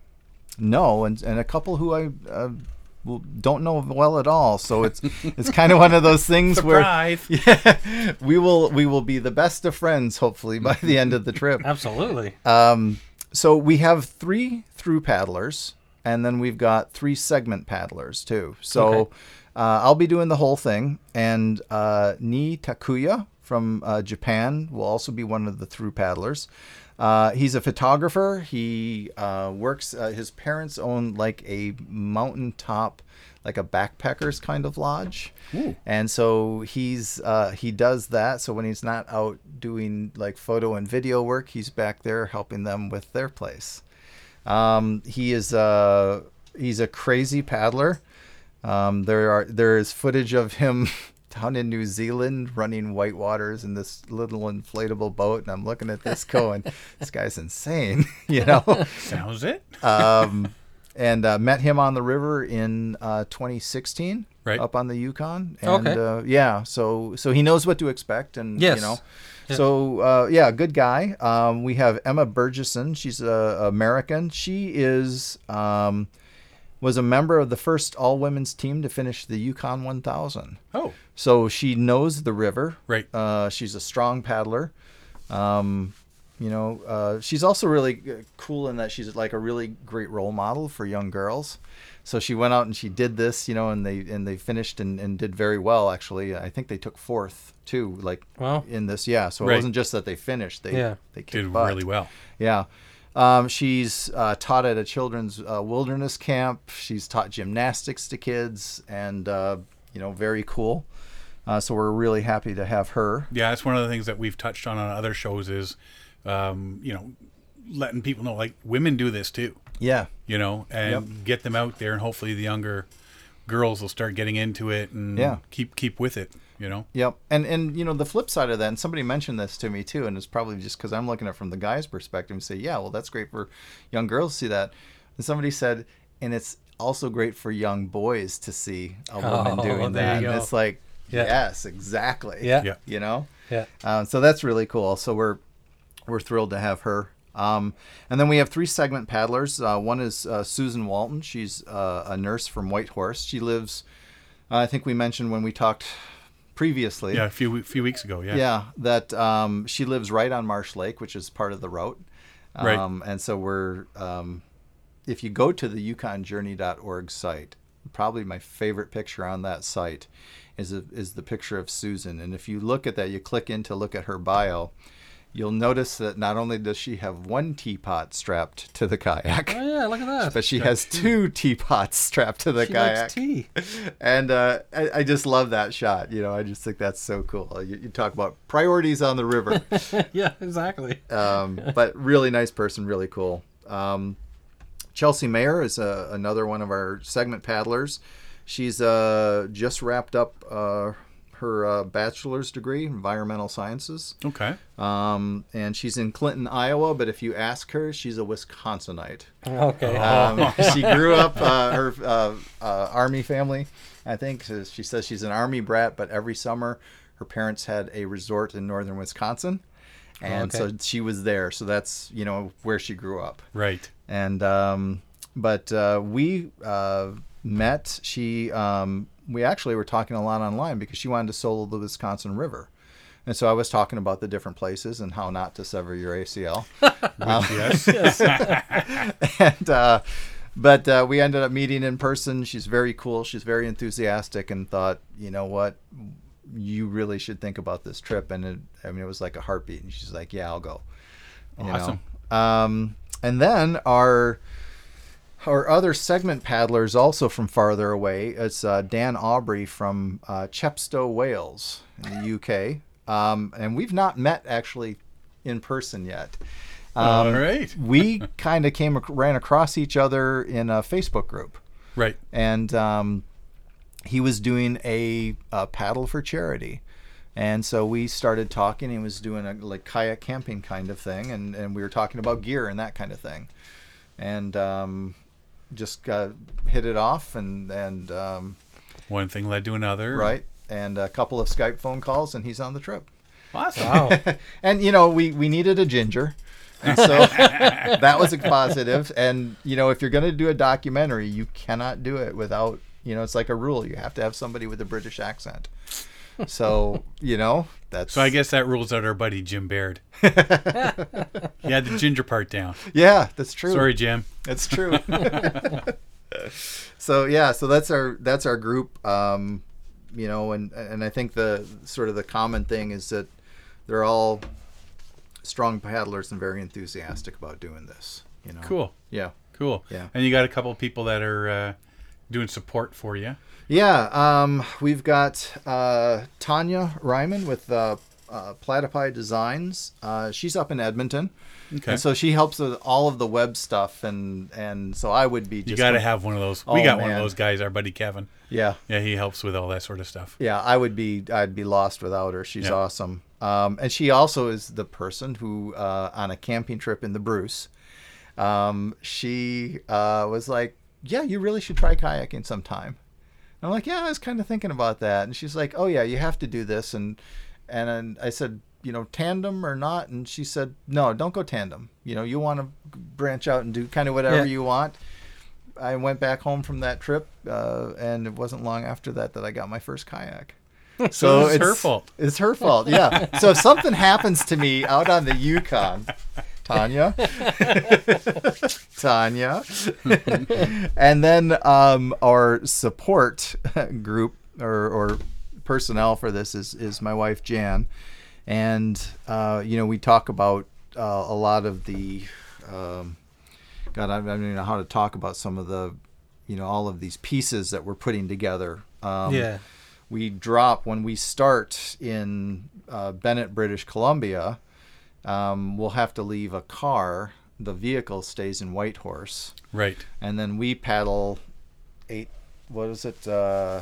Speaker 3: know, and, and a couple who I uh, well, don't know well at all. So it's it's kind of one of those things where
Speaker 1: Surprise!
Speaker 3: yeah, we will we will be the best of friends hopefully by the end of the trip.
Speaker 2: Absolutely.
Speaker 3: Um, so we have three through paddlers, and then we've got three segment paddlers too. So
Speaker 2: Okay.
Speaker 3: uh, I'll be doing the whole thing, and uh, Ni Takuya from uh, Japan will also be one of the through paddlers. Uh, he's a photographer. He uh, works. Uh, his parents own like a mountaintop, like a backpackers kind of lodge, and so he's uh, he does that. So when he's not out doing like photo and video work, he's back there helping them with their place. Um, he is a he's a crazy paddler. Um, there are there is footage of him down in New Zealand running whitewaters in this little inflatable boat, and I'm looking at this going, this guy's insane, you know.
Speaker 1: Sounds it.
Speaker 3: Um, and uh, met him on the river in uh, 2016,
Speaker 1: Right.
Speaker 3: up on the Yukon. And,
Speaker 2: Okay.
Speaker 3: Uh, yeah, so so he knows what to expect, and
Speaker 2: Yes.
Speaker 3: you know.
Speaker 2: Yeah.
Speaker 3: So uh, yeah, good guy. Um, we have Emma Burgesson. She's a American. She is um, was a member of the first all women's team to finish the Yukon 1000.
Speaker 1: Oh,
Speaker 3: So she knows the river.
Speaker 1: Right.
Speaker 3: Uh, she's a strong paddler. Um, you know, uh, she's also really uh, cool in that she's like a really great role model for young girls. So she went out and she did this, you know, and they and they finished and, and did very well. Actually, I think they took fourth too, like
Speaker 2: Wow.
Speaker 3: in this. Yeah. So
Speaker 1: Right.
Speaker 3: it wasn't just that they finished; they
Speaker 2: Yeah.
Speaker 3: they
Speaker 1: did
Speaker 3: kicked butt.
Speaker 1: really well.
Speaker 3: Yeah. Um, she's uh, taught at a children's uh, wilderness camp. She's taught gymnastics to kids and, uh, you know, very cool. Uh, so we're really happy to have her.
Speaker 1: Yeah, that's one of the things that we've touched on on other shows is, um, you know, letting people know like women do this too.
Speaker 3: Yeah.
Speaker 1: you know, and get them out there, and hopefully the younger girls will start getting into it and
Speaker 3: Yeah.
Speaker 1: keep keep with it. You know,
Speaker 3: Yep. And, and, you know, the flip side of that, and somebody mentioned this to me too, and it's probably just because I'm looking at it from the guy's perspective and say, yeah, well, that's great for young girls to see that. And somebody said, and it's also great for young boys to see a woman
Speaker 2: Oh,
Speaker 3: doing
Speaker 2: there
Speaker 3: that.
Speaker 2: you
Speaker 3: And
Speaker 2: go.
Speaker 3: it's like,
Speaker 2: Yeah.
Speaker 3: yes, exactly.
Speaker 2: Yeah.
Speaker 1: Yeah.
Speaker 3: You know?
Speaker 2: Yeah.
Speaker 3: Um, so that's really cool. So we're we're thrilled to have her. Um, and then we have three segment paddlers. Uh, one is uh, Susan Walton. She's uh, a nurse from Whitehorse. She lives, uh, I think we mentioned when we talked previously.
Speaker 1: yeah, a few we- few weeks ago, yeah,
Speaker 3: Yeah, that um, she lives right on Marsh Lake, which is part of the route.
Speaker 1: Right.
Speaker 3: Um, and so we're, um, if you go to the yukonjourney.org site, probably my favorite picture on that site is, a, is the picture of Susan. And if you look at that, you click in to look at her bio, you'll notice that not only does she have one teapot strapped to the kayak,
Speaker 2: Oh yeah, look at that.
Speaker 3: but she has two teapots strapped to the
Speaker 2: She
Speaker 3: kayak
Speaker 2: likes tea.
Speaker 3: and uh, I, I just love that shot. You know, I just think that's so cool. You, you talk about priorities on the river,
Speaker 2: yeah, exactly.
Speaker 3: um, but really nice person, really cool. Um, Chelsea Mayer is a, another one of our segment paddlers. She's uh, just wrapped up uh, her uh, bachelor's degree, environmental sciences,
Speaker 1: Okay,
Speaker 3: um, and she's in Clinton, Iowa. But if you ask her, she's a Wisconsinite.
Speaker 2: Okay.
Speaker 3: Um, she grew up uh, her uh, uh, army family, I think. So She says she's an army brat, but every summer her parents had a resort in northern Wisconsin, and
Speaker 2: Okay.
Speaker 3: so she was there. So that's you know where she grew up.
Speaker 1: right,
Speaker 3: And um, but uh, we uh, met. She um, we actually were talking a lot online because she wanted to solo the Wisconsin River. And so I was talking about the different places and how not to sever your ACL
Speaker 1: yes,
Speaker 3: and uh, but uh, we ended up meeting in person. She's very cool. She's very enthusiastic, and thought, you know what, you really should think about this trip. And it, I mean, it was like a heartbeat. And she's like, yeah, I'll go. You know?
Speaker 1: Awesome.
Speaker 3: Um, and then our our other segment paddlers, also from farther away, it's uh, Dan Aubrey from uh, Chepstow, Wales, in the UK. Um, and we've not met actually in person yet. Um,
Speaker 1: All right.
Speaker 3: we kind of came ac- ran across each other in a Facebook group,
Speaker 1: Right.
Speaker 3: and um, he was doing a, a paddle for charity. And so we started talking. He was doing a like kayak camping kind of thing, and, and we were talking about gear and that kind of thing, and um, just uh, hit it off, and and um,
Speaker 1: One thing led to another.
Speaker 3: right, and a couple of Skype phone calls, and he's on the trip
Speaker 1: Awesome.
Speaker 2: Wow.
Speaker 3: and you know we we needed a ginger and so that was a positive and you know if you're going to do a documentary you cannot do it without you know it's like a rule you have to have somebody with a british accent so you know that's
Speaker 1: So I guess that rules out our buddy Jim Baird. he had the ginger part down.
Speaker 3: yeah that's true
Speaker 1: Sorry, Jim.
Speaker 3: That's true. so yeah, so that's our that's our group. Um, you know, and and I think the sort of the common thing is that they're all strong paddlers and very enthusiastic about doing this. You know.
Speaker 1: Cool.
Speaker 3: Yeah.
Speaker 1: Cool.
Speaker 3: Yeah.
Speaker 1: And you got a couple of people that are uh, doing support for you.
Speaker 3: Yeah. Um, we've got uh, Tanya Ryman with uh, uh, Platypi Designs. Uh, she's up in Edmonton.
Speaker 1: Okay.
Speaker 3: And so she helps with all of the web stuff, and and so I would be. Just
Speaker 1: you got to have one of those. we
Speaker 3: Oh,
Speaker 1: got one of
Speaker 3: man.
Speaker 1: those guys, our buddy Kevin.
Speaker 3: Yeah.
Speaker 1: Yeah, he helps with all that sort of stuff.
Speaker 3: yeah i would be i'd be lost without her she's
Speaker 1: Yeah.
Speaker 3: awesome um, and she also is the person who uh, on a camping trip in the bruce um, she uh, was like yeah you really should try kayaking sometime and i'm like yeah i was kind of thinking about that and she's like oh yeah you have to do this and and, and i said you know tandem or not and she said no don't go tandem you know you want to branch out and do kind of whatever
Speaker 2: Yeah.
Speaker 3: you want I went back home from that trip, uh, and it wasn't long after that that I got my first kayak.
Speaker 1: So it's her fault.
Speaker 3: It's her fault, yeah. so if something happens to me out on the Yukon, Tanya, Tanya, and then um, our support group or, or personnel for this is is my wife Jan, and uh, you know we talk about uh, a lot of the. Um, God, I, I don't even know how to talk about some of the, you know, all of these pieces that we're putting together. Um,
Speaker 2: Yeah.
Speaker 3: We drop when we start in uh, Bennett, British Columbia. Um, we'll have to leave a car. The vehicle stays in Whitehorse,
Speaker 1: Right.
Speaker 3: and then we paddle eight. What is it? Uh,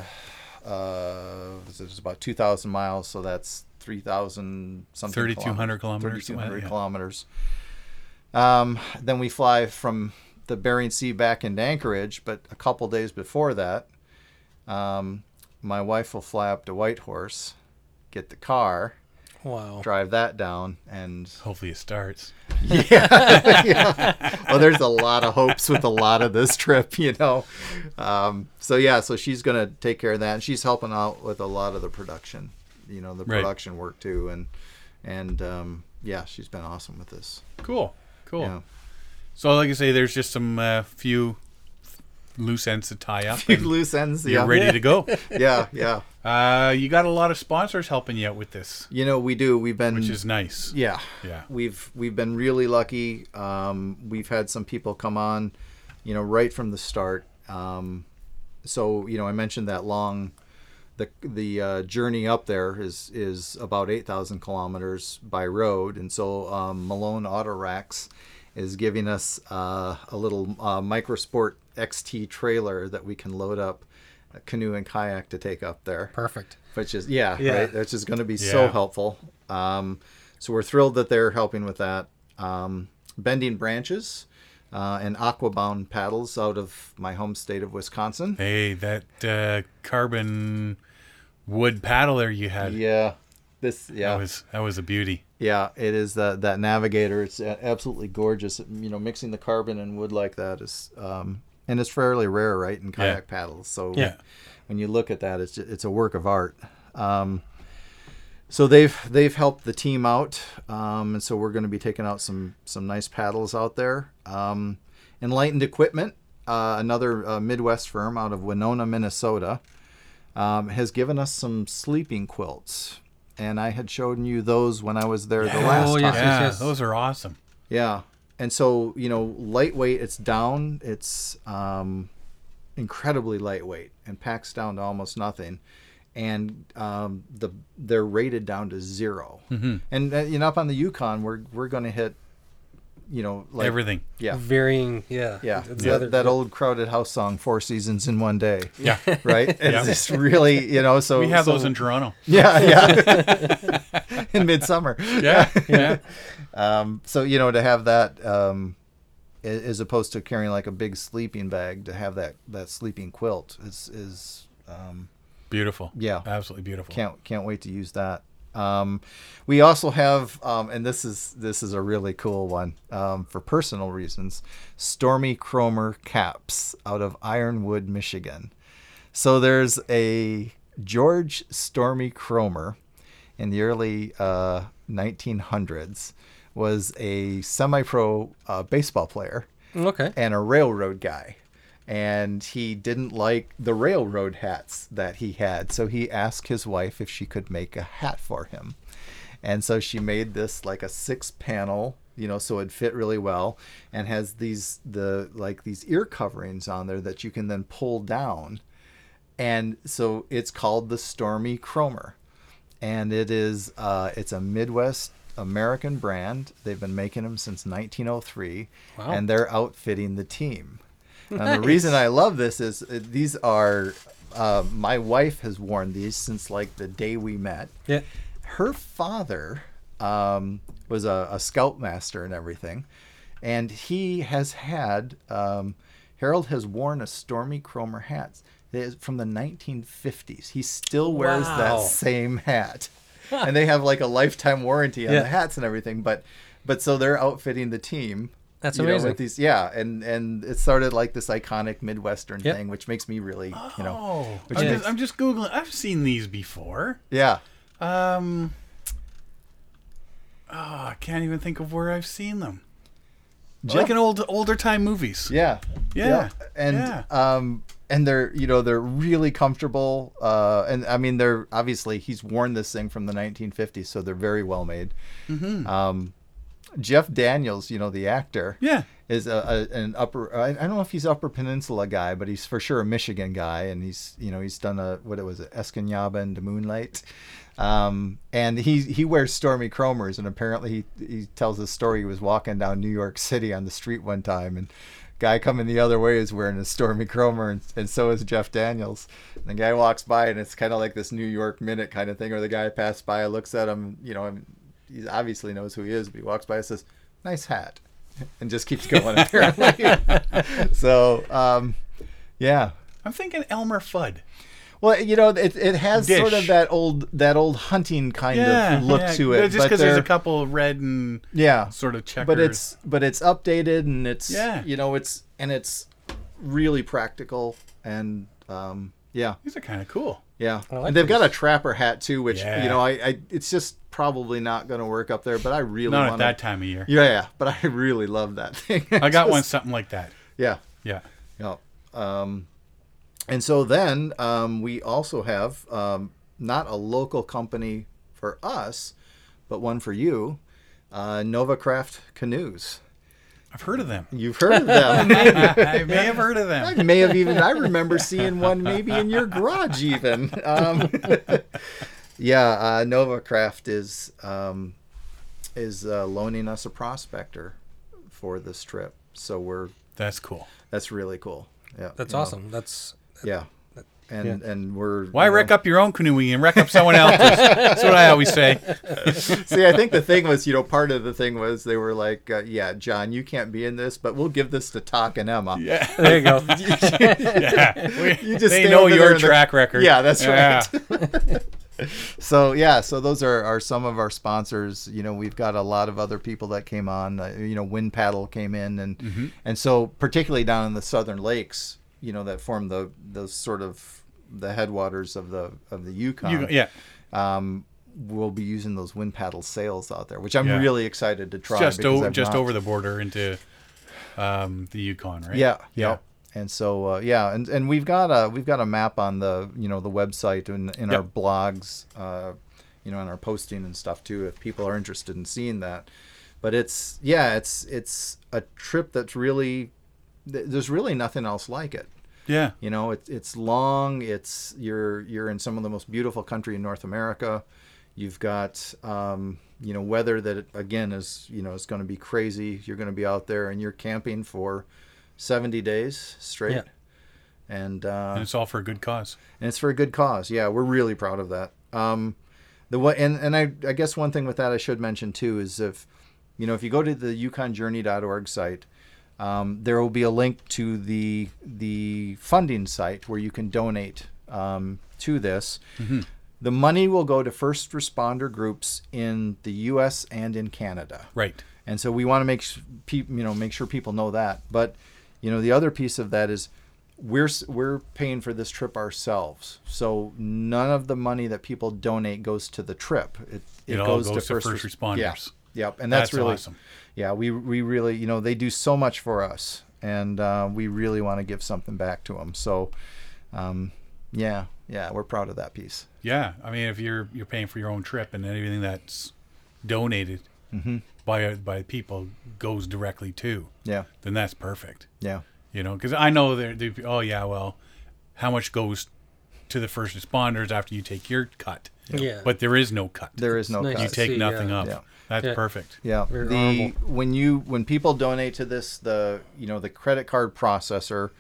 Speaker 3: uh, it's it's about two thousand miles, so that's three thousand something.
Speaker 1: 3,200 kilometers,
Speaker 3: Thirty-two hundred
Speaker 1: yeah.
Speaker 3: kilometers. Um, then we fly from the Bering Sea back into Anchorage, but a couple days before that, um, my wife will fly up to Whitehorse, get the car,
Speaker 2: Wow.
Speaker 3: drive that down, and
Speaker 1: Hopefully it starts.
Speaker 3: yeah. Well, there's a lot of hopes with a lot of this trip, you know. Um, so yeah, so she's gonna take care of that, and she's helping out with a lot of the production, you know, the
Speaker 1: Right.
Speaker 3: production work too, and and um, yeah, she's been awesome with this.
Speaker 1: Cool. Cool.
Speaker 3: Yeah.
Speaker 1: So, like I say, there's just some uh, few loose ends to tie up. and
Speaker 3: Loose ends,
Speaker 1: you're
Speaker 3: yeah,
Speaker 1: ready to go.
Speaker 3: yeah, yeah.
Speaker 1: Uh, you got a lot of sponsors helping you out with this,
Speaker 3: You know, we do. We've been
Speaker 1: which is nice.
Speaker 3: yeah
Speaker 1: Yeah.
Speaker 3: we've we've been really lucky um, we've had some people come on you know right from the start um, so you know i mentioned that long the the uh, journey up there is is about 8000 kilometers by road and so um, malone auto racks is giving us uh, a little uh, microsport xt trailer that we can load up a canoe and kayak to take up there
Speaker 2: Perfect.
Speaker 3: which is yeah,
Speaker 2: Yeah.
Speaker 3: right which is going to be so
Speaker 1: Yeah.
Speaker 3: helpful um, so we're thrilled that they're helping with that um, bending branches uh, and aquabound paddles out of my home state of wisconsin
Speaker 1: Hey, that uh, carbon wood paddler you had.
Speaker 3: yeah this yeah
Speaker 1: That was that was a beauty.
Speaker 3: yeah it is that that navigator it's a- absolutely gorgeous you know mixing the carbon and wood like that is um, and it's fairly rare right in kayak paddles so
Speaker 2: Yeah.
Speaker 3: when you look at that, it's it's a work of art. Um, so they've they've helped the team out, um, and so we're going to be taking out some some nice paddles out there. Um, Enlightened Equipment, uh, another uh, Midwest firm out of Winona, Minnesota, um, has given us some sleeping quilts, and I had shown you those when I was there the last
Speaker 2: Oh, yes,
Speaker 3: time.
Speaker 1: yeah,
Speaker 2: yes.
Speaker 1: those are awesome.
Speaker 3: Yeah. and so you know lightweight it's down it's um, incredibly lightweight and packs down to almost nothing and um, the they're rated down to 0
Speaker 1: Mm-hmm.
Speaker 3: and uh, you know up on the yukon we're we're going to hit you know like
Speaker 1: Everything.
Speaker 3: yeah
Speaker 2: Varying, yeah.
Speaker 3: yeah
Speaker 2: It's
Speaker 3: that,
Speaker 2: leather.
Speaker 3: that old crowded house song four seasons in one day
Speaker 1: Yeah.
Speaker 3: right it's just really you know so
Speaker 1: We have
Speaker 3: so-
Speaker 1: those in Toronto.
Speaker 3: yeah yeah in midsummer
Speaker 1: Yeah. Yeah.
Speaker 3: um, so you know to have that um, a- as opposed to carrying like a big sleeping bag to have that that sleeping quilt is is um,
Speaker 1: Beautiful.
Speaker 3: Yeah.
Speaker 1: Absolutely beautiful.
Speaker 3: can't can't wait to use that um, we also have um, and this is this is a really cool one um, for personal reasons stormy chromer caps out of ironwood michigan so there's a george stormy chromer in the early uh, 1900s was a semi-pro uh, baseball player
Speaker 2: Okay.
Speaker 3: and a railroad guy. And he didn't like the railroad hats that he had. So he asked his wife if she could make a hat for him. And so she made this like a six panel, you know, so it'd fit really well and has these, the like these ear coverings on there that you can then pull down. And so it's called the Stormy Chromer. And it is, uh, it's a Midwest American brand. They've been making them since 1903.
Speaker 2: Wow.
Speaker 3: And they're outfitting the team. Now, the reason I love this is uh, these are, uh, my wife has worn these since like the day we met
Speaker 2: Yeah.
Speaker 3: her father um, was a, a scoutmaster and everything, and he has had um, Harold has worn a Stormy Cromer hat that is from the 1950s. He still wears
Speaker 2: Wow.
Speaker 3: that same hat, and they have like a lifetime warranty on
Speaker 2: Yeah.
Speaker 3: the hats and everything. But but so they're outfitting the team.
Speaker 2: That's
Speaker 3: you know,
Speaker 2: amazing.
Speaker 3: with these, yeah, and and it started like this iconic Midwestern
Speaker 2: Yep.
Speaker 3: thing, which makes me really, you know,
Speaker 1: Oh,
Speaker 3: which
Speaker 1: I'm,
Speaker 2: is-
Speaker 1: just, I'm just googling. I've seen these before.
Speaker 3: yeah,
Speaker 1: Um, oh, I can't even think of where I've seen them. Like
Speaker 3: Jeff-
Speaker 1: in old older time movies.
Speaker 3: Yeah.
Speaker 1: Yeah.
Speaker 3: And
Speaker 1: Yeah.
Speaker 3: um and they're you know they're really comfortable uh and I mean they're obviously he's worn this thing from the 1950s so they're very well made.
Speaker 1: Mm-hmm.
Speaker 3: Um Jeff Daniels, you know the actor,
Speaker 1: Yeah.
Speaker 3: is a, a an upper I, I don't know if he's upper peninsula guy but he's for sure a Michigan guy and he's you know he's done a what it was it Escanaba and the Moonlight. Um, and he he wears stormy chromers and apparently he he tells a story he was walking down New York City on the street one time and guy coming the other way is wearing a stormy chromer and, and so is jeff daniels and the guy walks by and it's kind of like this new york minute kind of thing where the guy passed by looks at him you know and he obviously knows who he is but he walks by and says nice hat and just keeps going apparently so um, yeah
Speaker 1: I'm thinking Elmer Fudd.
Speaker 3: well, you know, it, it has sort of
Speaker 1: Dish.
Speaker 3: that old that old hunting kind
Speaker 1: Yeah.
Speaker 3: of look
Speaker 1: yeah.
Speaker 3: to it.
Speaker 1: Just
Speaker 3: but
Speaker 1: because there's a
Speaker 3: they're-
Speaker 1: couple of red and
Speaker 3: yeah,
Speaker 1: sort of checkers.
Speaker 3: but it's but it's updated and it's
Speaker 1: Yeah.
Speaker 3: you know it's and it's really practical and um, yeah
Speaker 1: these are kind of cool.
Speaker 3: yeah
Speaker 2: like
Speaker 3: and they've got
Speaker 2: these.
Speaker 3: a trapper hat too which
Speaker 1: Yeah.
Speaker 3: you know I, I it's just probably not going to work up there but I really
Speaker 1: Not
Speaker 3: want
Speaker 1: at that time of year.
Speaker 3: yeah yeah but I really love that thing
Speaker 1: I got
Speaker 3: Just-
Speaker 1: one something like that.
Speaker 3: yeah
Speaker 1: Yeah.
Speaker 3: yeah. Um, and so then um, we also have um, not a local company for us, but one for you, uh, Novacraft Canoes.
Speaker 1: I've heard of them.
Speaker 3: You've heard of them.
Speaker 1: I may have heard of them.
Speaker 3: I may have even, I remember seeing one maybe in your garage even. Um, yeah, uh, Novacraft is, um, is uh, loaning us a prospector for this trip. So we're,
Speaker 1: That's cool.
Speaker 3: that's really cool. Yeah.
Speaker 2: That's
Speaker 3: you know.
Speaker 2: awesome. That's
Speaker 3: Yeah. And and we're
Speaker 1: Why
Speaker 3: you know-
Speaker 1: wreck up your own canoeing and wreck up someone else's? That's what I always say.
Speaker 3: See, I think the thing was, you know, part of the thing was they were like, uh, "Yeah, John, you can't be in this, but we'll give this to Talk and Emma."
Speaker 1: Yeah.
Speaker 2: there you go.
Speaker 1: yeah.
Speaker 3: You just
Speaker 1: they
Speaker 3: stay
Speaker 1: know
Speaker 3: over there
Speaker 1: your
Speaker 3: in the-
Speaker 1: track record.
Speaker 3: Yeah, that's
Speaker 1: Yeah.
Speaker 3: right. So yeah, so those are, are some of our sponsors. You know, we've got a lot of other people that came on. Uh, you know, Wind Paddle came in, and and so particularly down in the Southern Lakes, you know, that form the the sort of the headwaters of the of the Yukon.
Speaker 1: You- yeah.
Speaker 3: Um, we'll be using those wind paddle sails out there, which I'm
Speaker 1: Yeah.
Speaker 3: really excited to try.
Speaker 1: just
Speaker 3: because
Speaker 1: over
Speaker 3: I've
Speaker 1: just
Speaker 3: not-
Speaker 1: over the border into um, the Yukon, right?
Speaker 3: Yeah, yeah. And so uh, yeah, and, and we've got a we've got a map on the you know the website and in our
Speaker 1: Yep.
Speaker 3: blogs, uh, you know, in our posting and stuff too. If people are interested in seeing that, But it's yeah, it's it's a trip that's really th- there's really nothing else like it.
Speaker 1: Yeah.
Speaker 3: You know, it's it's long. It's you're you're in some of the most beautiful country in North America. You've got um, you know weather that again is you know is going to be crazy. You're going to be out there and you're camping for 70 days straight.
Speaker 2: Yeah.
Speaker 3: And, uh,
Speaker 1: And it's all for a good cause.
Speaker 3: and it's for a good cause. Yeah, we're really proud of that. Um, the what and and I, I guess one thing with that I should mention too is if you know if you go to the yukonjourney.org site, um, there will be a link to the the funding site where you can donate um, to this. The money will go to first responder groups in the U.S. and in Canada
Speaker 1: Right.
Speaker 3: and so we want to make s- peop you know make sure people know that but you know the other piece of that is we're s- we're paying for this trip ourselves so none of the money that people donate goes to the trip it,
Speaker 1: It all goes to first
Speaker 3: res-
Speaker 1: responders.
Speaker 3: yeah. yep and that's,
Speaker 1: That's
Speaker 3: really
Speaker 1: awesome.
Speaker 3: yeah we we really you know they do so much for us and uh, we really want to give something back to them so um, yeah yeah we're proud of that piece
Speaker 1: Yeah. I mean, if you're you're paying for your own trip and anything that's donated
Speaker 3: Mm-hmm.
Speaker 1: by by people goes directly to,
Speaker 3: yeah
Speaker 1: then that's perfect.
Speaker 3: yeah
Speaker 1: You know, because I know they're, they oh yeah, well, how much goes to the first responders after you take your cut?
Speaker 2: Yeah.
Speaker 1: But there is no cut.
Speaker 3: there is no
Speaker 2: Nice.
Speaker 3: cost.
Speaker 1: you take
Speaker 2: See,
Speaker 1: nothing
Speaker 2: yeah.
Speaker 1: up.
Speaker 3: Yeah.
Speaker 1: That's
Speaker 2: Yeah.
Speaker 1: perfect.
Speaker 3: Yeah.
Speaker 2: Very
Speaker 3: the
Speaker 2: honorable.
Speaker 3: when you when people donate to this, the you know the credit card processor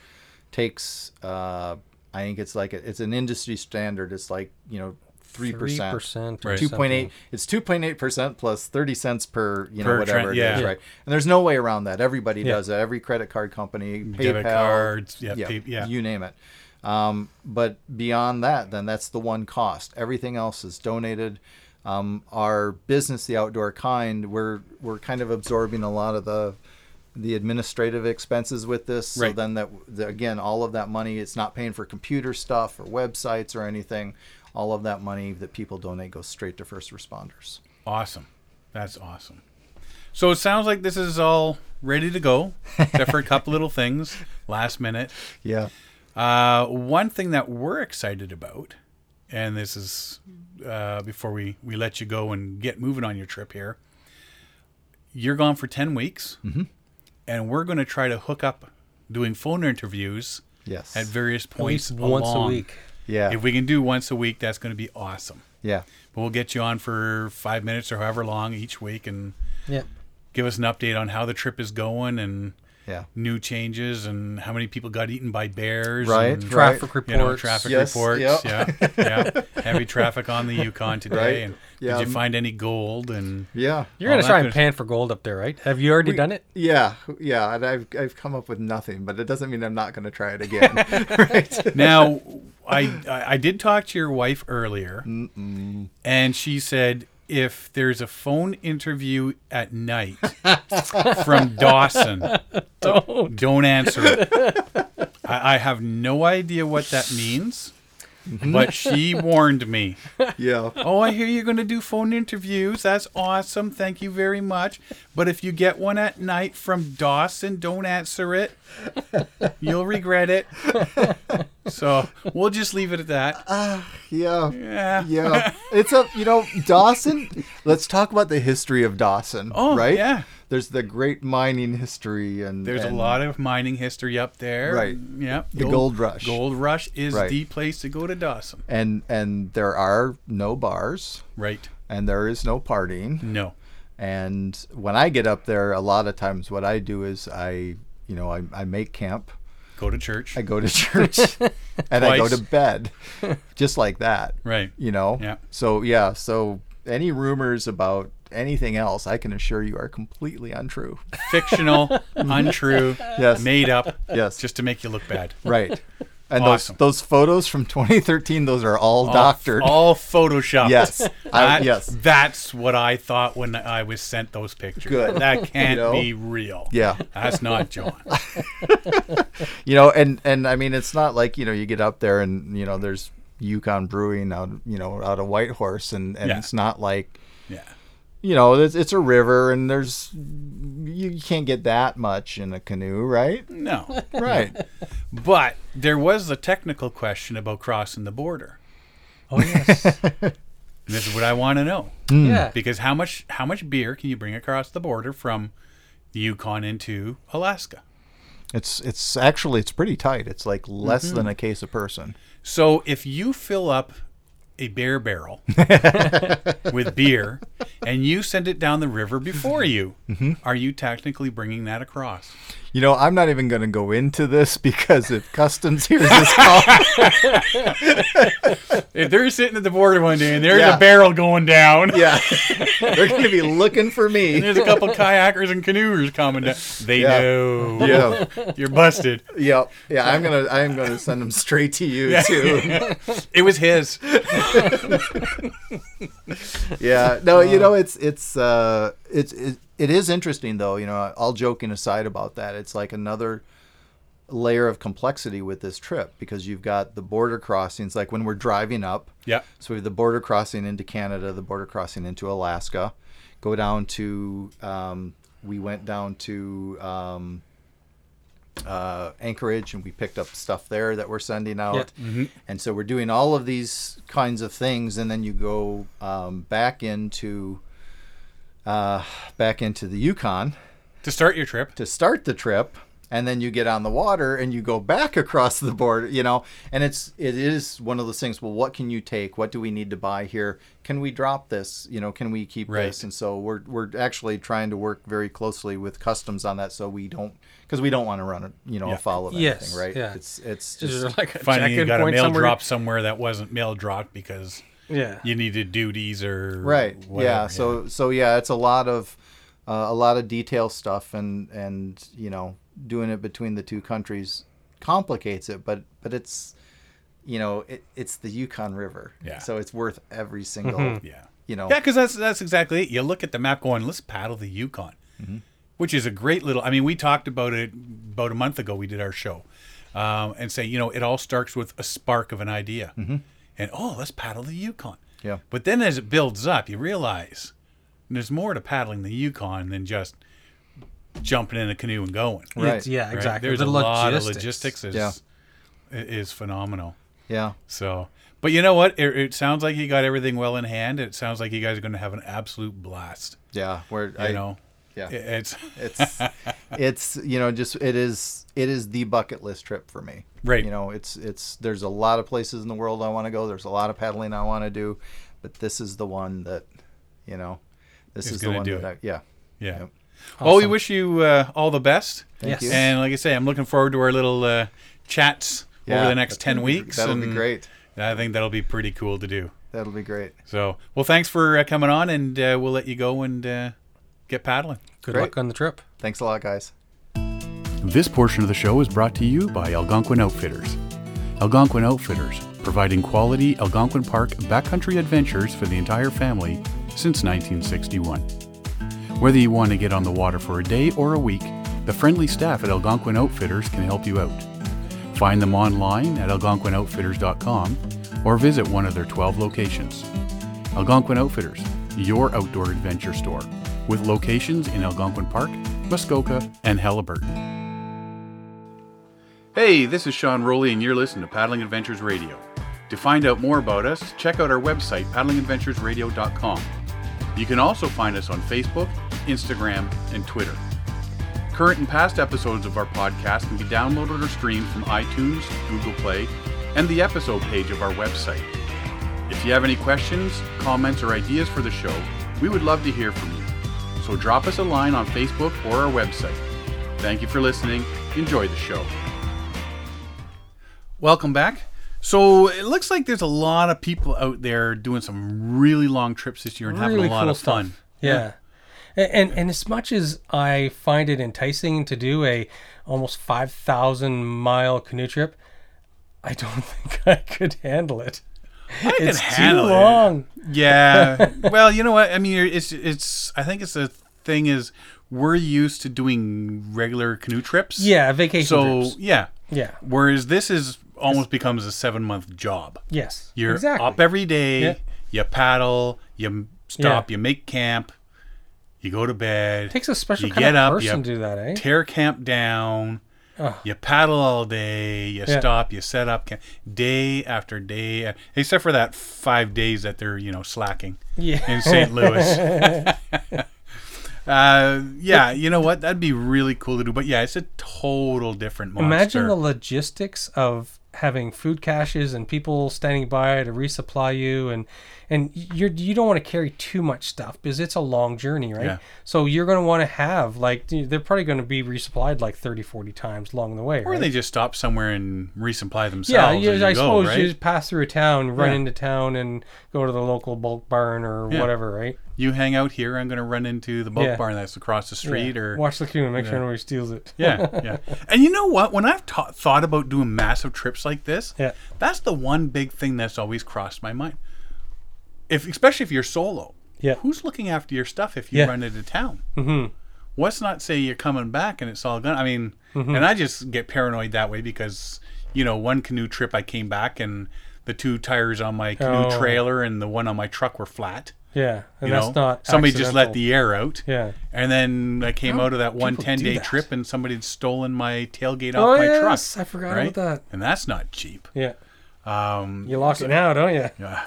Speaker 3: takes uh, I think it's like a, it's an industry standard. It's like you know three percent.
Speaker 2: 3%
Speaker 1: Right.
Speaker 3: Two point eight. It's two point eight percent plus thirty cents per you know
Speaker 1: Per
Speaker 3: whatever
Speaker 1: tran-
Speaker 3: it
Speaker 1: yeah.
Speaker 3: is, right? And there's no way around that. Everybody
Speaker 2: Yeah.
Speaker 3: does that. Every credit card company, PayPal,
Speaker 1: Debit cards, yeah,
Speaker 3: yeah,
Speaker 1: pay- yeah.
Speaker 3: you name it. Um, but beyond that, then that's the one cost. Everything else is donated. Um, our business, the outdoor kind, we're we're kind of absorbing a lot of the the administrative expenses with this. So
Speaker 1: Right.
Speaker 3: then that the, again, all of that money, it's not paying for computer stuff or websites or anything. All of that money that people donate goes straight to first responders.
Speaker 1: Awesome. That's awesome. So it sounds like this is all ready to go, except for a couple little things last minute.
Speaker 3: Yeah.
Speaker 1: Uh, one thing that we're excited about, and this is uh, before we, we let you go and get moving on your trip here, you're gone for 10 weeks,
Speaker 2: Mm-hmm.
Speaker 1: and we're going to try to hook up doing phone interviews
Speaker 3: Yes.
Speaker 1: at various
Speaker 2: At
Speaker 1: points
Speaker 2: least once
Speaker 1: along.
Speaker 2: a week.
Speaker 3: yeah.
Speaker 1: If we can do once a week, that's going to be awesome.
Speaker 3: yeah.
Speaker 1: But we'll get you on for five minutes or however long each week and
Speaker 2: Yeah.
Speaker 1: give us an update on how the trip is going and
Speaker 3: Yeah.
Speaker 1: new changes and how many people got eaten by bears.
Speaker 3: Right,
Speaker 1: and,
Speaker 3: right.
Speaker 2: Traffic reports.
Speaker 1: You know, traffic
Speaker 3: Yes,
Speaker 1: reports.
Speaker 3: yep.
Speaker 1: Yeah, yeah. Heavy traffic on the Yukon today.
Speaker 3: Right,
Speaker 1: And
Speaker 3: yeah.
Speaker 1: Did you find any gold? And
Speaker 3: Yeah.
Speaker 2: You're
Speaker 1: All Oh,
Speaker 2: going to
Speaker 1: that
Speaker 2: try and
Speaker 1: good-
Speaker 2: pan for gold up there, right? Have you already done it?
Speaker 3: Yeah, yeah, and I've I've come up with nothing, but it doesn't mean I'm not going to try it again, right?
Speaker 1: now, I I I did talk to your wife earlier, and she said. If there's a phone interview at night from Dawson,
Speaker 2: Oh,
Speaker 1: Don't answer it. I, I have no idea what that means,
Speaker 3: Mm-hmm.
Speaker 1: but she warned me.
Speaker 3: Yeah,
Speaker 1: Oh, I hear you're going to do phone interviews. That's awesome. Thank you very much. But if you get one at night from Dawson, don't answer it. You'll regret it. So we'll just leave it at
Speaker 3: Uh,
Speaker 1: that.
Speaker 3: yeah,
Speaker 1: Yeah.
Speaker 3: yeah. It's a you know Dawson. Let's talk about the history of Dawson.
Speaker 1: Oh,
Speaker 3: right.
Speaker 1: yeah.
Speaker 3: There's the great mining history, and
Speaker 1: There's
Speaker 3: and-
Speaker 1: a lot of mining history up there.
Speaker 3: Right.
Speaker 1: Yep.
Speaker 3: The gold rush.
Speaker 1: Gold rush is
Speaker 3: Right.
Speaker 1: the place to go to Dawson.
Speaker 3: and and there are no bars,
Speaker 1: Right.
Speaker 3: and there is no partying.
Speaker 1: No.
Speaker 3: And when I get up there, a lot of times what I do is I you know I, I make camp.
Speaker 1: Go to church.
Speaker 3: I go to church and I go
Speaker 1: Twice.
Speaker 3: to bed, just like that.
Speaker 1: Right.
Speaker 3: You know.
Speaker 1: Yeah.
Speaker 3: So yeah. So any rumors about anything else, I can assure you, are completely untrue.
Speaker 1: fictional, untrue,
Speaker 3: Yes.
Speaker 1: made up,
Speaker 3: Yes.
Speaker 1: just to make you look bad.
Speaker 3: Right. And
Speaker 1: Awesome.
Speaker 3: those those photos from 2013, those are all, doctored.
Speaker 1: all, all photoshopped.
Speaker 3: Yes. I-
Speaker 1: That-
Speaker 3: yes.
Speaker 1: that's what I thought when I was sent those pictures.
Speaker 3: Good.
Speaker 1: that can't
Speaker 3: know?
Speaker 1: be real.
Speaker 3: Yeah.
Speaker 1: that's not John.
Speaker 3: You know, and and I mean, it's not like you know you get up there and you know there's Yukon Brewing out you know out of Whitehorse, and and
Speaker 1: Yeah.
Speaker 3: it's not like
Speaker 1: Yeah,
Speaker 3: you know it's, it's a river and there's you, you can't get that much in a canoe, right?
Speaker 1: no,
Speaker 3: Right.
Speaker 1: but there was a technical question about crossing the border.
Speaker 2: oh yes.
Speaker 1: And this is what I want to know.
Speaker 2: Yeah.
Speaker 1: Because how much how much beer can you bring across the border from the Yukon into Alaska?
Speaker 3: It's it's actually it's pretty tight. It's like less than a case a person.
Speaker 1: So if you fill up a beer barrel with beer and you send it down the river
Speaker 3: Mm-hmm.
Speaker 1: before you, are you technically bringing that across?
Speaker 3: You know, I'm not even going to go into this because if customs hears this call,
Speaker 1: If they're sitting at the border one day and there's
Speaker 3: Yeah.
Speaker 1: a barrel going down,
Speaker 3: yeah, they're going to be looking for me.
Speaker 1: there's a couple kayakers and canoers coming down, they
Speaker 3: Yeah.
Speaker 1: know
Speaker 3: Yeah,
Speaker 1: you're busted.
Speaker 3: yeah, yeah. I'm gonna, I'm gonna send them straight to you too.
Speaker 1: It was his.
Speaker 3: Yeah, no, you know, it's, it's, uh, it's, it, it is interesting though. You know, all joking aside about that, it's like another layer of complexity with this trip because you've got the border crossings. Like when we're driving up,
Speaker 1: Yeah.
Speaker 3: So we have the border crossing into Canada, the border crossing into Alaska. Go down to, um, we went down to um, uh, Anchorage and we picked up stuff there that we're sending out. And so we're doing all of these kinds of things. And then you go um, back into. Uh, back into the Yukon
Speaker 1: To start your trip,
Speaker 3: to start the trip and then you get on the water and you go back across the border you know and it's it is one of those things well what can you take what do we need to buy here can we drop this you know can we keep
Speaker 1: Right.
Speaker 3: this and so we're we're actually trying to work very closely with customs on that so we don't because we don't want to run a you know
Speaker 1: Yeah.
Speaker 3: a follow of
Speaker 2: Yes,
Speaker 3: anything right
Speaker 2: yeah.
Speaker 3: it's it's
Speaker 2: Is
Speaker 3: just
Speaker 2: there like a
Speaker 1: finally you
Speaker 2: check-in
Speaker 1: got a
Speaker 2: point
Speaker 1: mail
Speaker 2: somewhere?
Speaker 1: drop somewhere that wasn't mail dropped because
Speaker 2: Yeah.
Speaker 1: you needed duties or
Speaker 3: right yeah
Speaker 1: whatever,
Speaker 3: so so yeah it's a lot of uh, a lot of detail stuff and and you know doing it between the two countries complicates it but but it's you know it, it's the yukon river
Speaker 1: Yeah.
Speaker 3: so it's worth every single
Speaker 1: yeah.
Speaker 3: you know
Speaker 1: Yeah, because that's that's exactly it. You look at the map, going, "Let's paddle the Yukon,"
Speaker 3: Mm-hmm.
Speaker 1: which is a great little. I mean, we talked about it about a month ago. We did our show, um, and say, you know, it all starts with a spark of an idea, and oh, let's paddle the Yukon.
Speaker 3: Mm-hmm. Yeah.
Speaker 1: But then as it builds up, you realize there's more to paddling the Yukon than just jumping in a canoe and going.
Speaker 3: Right.
Speaker 2: It's- yeah,
Speaker 1: Right?
Speaker 2: exactly.
Speaker 1: There's
Speaker 2: the
Speaker 1: a lot of
Speaker 2: logistics.
Speaker 1: logistics is
Speaker 3: Yeah.
Speaker 1: is phenomenal.
Speaker 3: yeah
Speaker 1: So, but you know what? It, it sounds like you got everything well in hand. It sounds like you guys are going to have an absolute blast.
Speaker 3: yeah where
Speaker 1: You
Speaker 3: I,
Speaker 1: know,
Speaker 3: yeah
Speaker 1: It- it's
Speaker 3: it's it's you know just it is it is the bucket list trip for me
Speaker 1: Right.
Speaker 3: you know it's it's there's a lot of places in the world i want to go there's a lot of paddling i want to do but this is the one that you know this
Speaker 1: It's
Speaker 3: is the
Speaker 1: gonna
Speaker 3: one
Speaker 1: do it.
Speaker 3: that I, yeah
Speaker 1: yeah.
Speaker 3: Yep.
Speaker 1: Well, we wish you uh, all the best.
Speaker 3: Thank
Speaker 2: Yes.
Speaker 3: you.
Speaker 1: And like I say, I'm looking forward to our little uh, chats over
Speaker 3: Yeah.
Speaker 1: the next ten weeks.
Speaker 3: that'll be
Speaker 1: and
Speaker 3: great
Speaker 1: I think that'll be pretty cool to do.
Speaker 3: that'll be great
Speaker 1: So, well, thanks for uh, coming on, and uh, we'll let you go and uh, get paddling.
Speaker 2: Good
Speaker 3: Great.
Speaker 2: luck on the trip.
Speaker 3: thanks a lot guys
Speaker 1: This portion of the show is brought to you by Algonquin Outfitters. Algonquin Outfitters, providing quality Algonquin Park backcountry adventures for the entire family since 1961. Whether you want to get on the water for a day or a week, the friendly staff at Algonquin Outfitters can help you out. Find them online at algonquinoutfitters.com or visit one of their 12 locations. Algonquin Outfitters, your outdoor adventure store, with locations in Algonquin Park, Muskoka, and Halliburton. Hey, this is Sean Rowley, and you're listening to Paddling Adventures Radio. To find out more about us, check out our website, paddlingadventuresradio.com. You can also find us on Facebook, Instagram, and Twitter. Current and past episodes of our podcast can be downloaded or streamed from iTunes, Google Play, and the episode page of our website. If you have any questions, comments, or ideas for the show, we would love to hear from you. So drop us a line on Facebook or our website. Thank you for listening. Enjoy the show. Welcome back. So it looks like there's a lot of people out there doing some really long trips this year and having
Speaker 2: Really
Speaker 1: a lot
Speaker 2: cool
Speaker 1: of fun.
Speaker 2: stuff. Yeah. A- And, and as much as I find it enticing to do a almost 5,000 mile canoe trip, I don't think I could handle it.
Speaker 1: I can
Speaker 2: It's too
Speaker 1: handle it.
Speaker 2: long.
Speaker 1: Yeah. well, you know what? I mean, you're- it's it's. I think it's the thing is we're used to doing regular canoe trips.
Speaker 2: Yeah, vacation
Speaker 1: So
Speaker 2: trips.
Speaker 1: yeah.
Speaker 2: Yeah.
Speaker 1: Whereas this is almost becomes a seven month job.
Speaker 2: Yes.
Speaker 1: You're
Speaker 2: exactly.
Speaker 1: up every day.
Speaker 2: Yeah.
Speaker 1: You paddle. You m- stop. You make camp. You go to bed.
Speaker 2: takes a special
Speaker 1: you
Speaker 2: kind
Speaker 1: get
Speaker 2: of
Speaker 1: up,
Speaker 2: person
Speaker 1: you-
Speaker 2: to do that, eh?
Speaker 1: tear camp down. You paddle all day. You
Speaker 2: Yeah.
Speaker 1: stop. You set up camp, day after day, a- except for that five days that they're you know slacking
Speaker 2: Yeah.
Speaker 1: in St. Louis. uh, yeah, you know what? That'd be really cool to do. But yeah, it's a total different monster.
Speaker 2: Imagine the logistics of having food caches and people standing by to resupply you, and and you're you don't want to carry too much stuff because it's a long journey, right?
Speaker 1: Yeah.
Speaker 2: So you're going to want to have like you- they're probably going to be resupplied like 30, 40 times along the way.
Speaker 1: or
Speaker 2: right?
Speaker 1: they just stop somewhere and resupply themselves.
Speaker 2: yeah,
Speaker 1: as
Speaker 2: you,
Speaker 1: you
Speaker 2: I
Speaker 1: go,
Speaker 2: suppose
Speaker 1: right?
Speaker 2: you just pass through a town, run
Speaker 1: Yeah.
Speaker 2: into town, and go to the local bulk barn or
Speaker 1: Yeah.
Speaker 2: whatever, right?
Speaker 1: you hang out here. I'm going to run into the bulk
Speaker 2: Yeah.
Speaker 1: barn that's across the street,
Speaker 2: Yeah.
Speaker 1: or
Speaker 2: watch the queue and make sure nobody steals it.
Speaker 1: yeah, yeah. And you know what? When I've ta- thought about doing massive trips like this,
Speaker 2: Yeah.
Speaker 1: that's the one big thing that's always crossed my mind. If especially if you're solo,
Speaker 2: Yeah.
Speaker 1: who's looking after your stuff if you
Speaker 2: Yeah.
Speaker 1: run into town? Mm-hmm. What's not say you're coming back and it's all gone? I mean,
Speaker 2: Mm-hmm.
Speaker 1: and I just get paranoid that way because you know one canoe trip I came back and the two tires on my canoe
Speaker 2: Oh.
Speaker 1: trailer and the one on my truck were flat.
Speaker 2: yeah, and
Speaker 1: You
Speaker 2: that's
Speaker 1: know,
Speaker 2: not
Speaker 1: somebody just let
Speaker 2: accidental.
Speaker 1: the air out.
Speaker 2: yeah.
Speaker 1: And then I came out of that one
Speaker 2: people
Speaker 1: 10
Speaker 2: do
Speaker 1: day
Speaker 2: that?
Speaker 1: trip and somebody had stolen my tailgate
Speaker 2: Oh
Speaker 1: off my
Speaker 2: yes,
Speaker 1: truck.
Speaker 2: I forgot
Speaker 1: right?
Speaker 2: about that.
Speaker 1: And that's not cheap.
Speaker 2: Yeah.
Speaker 1: Um,
Speaker 2: You lock it now, don't you?
Speaker 1: yeah.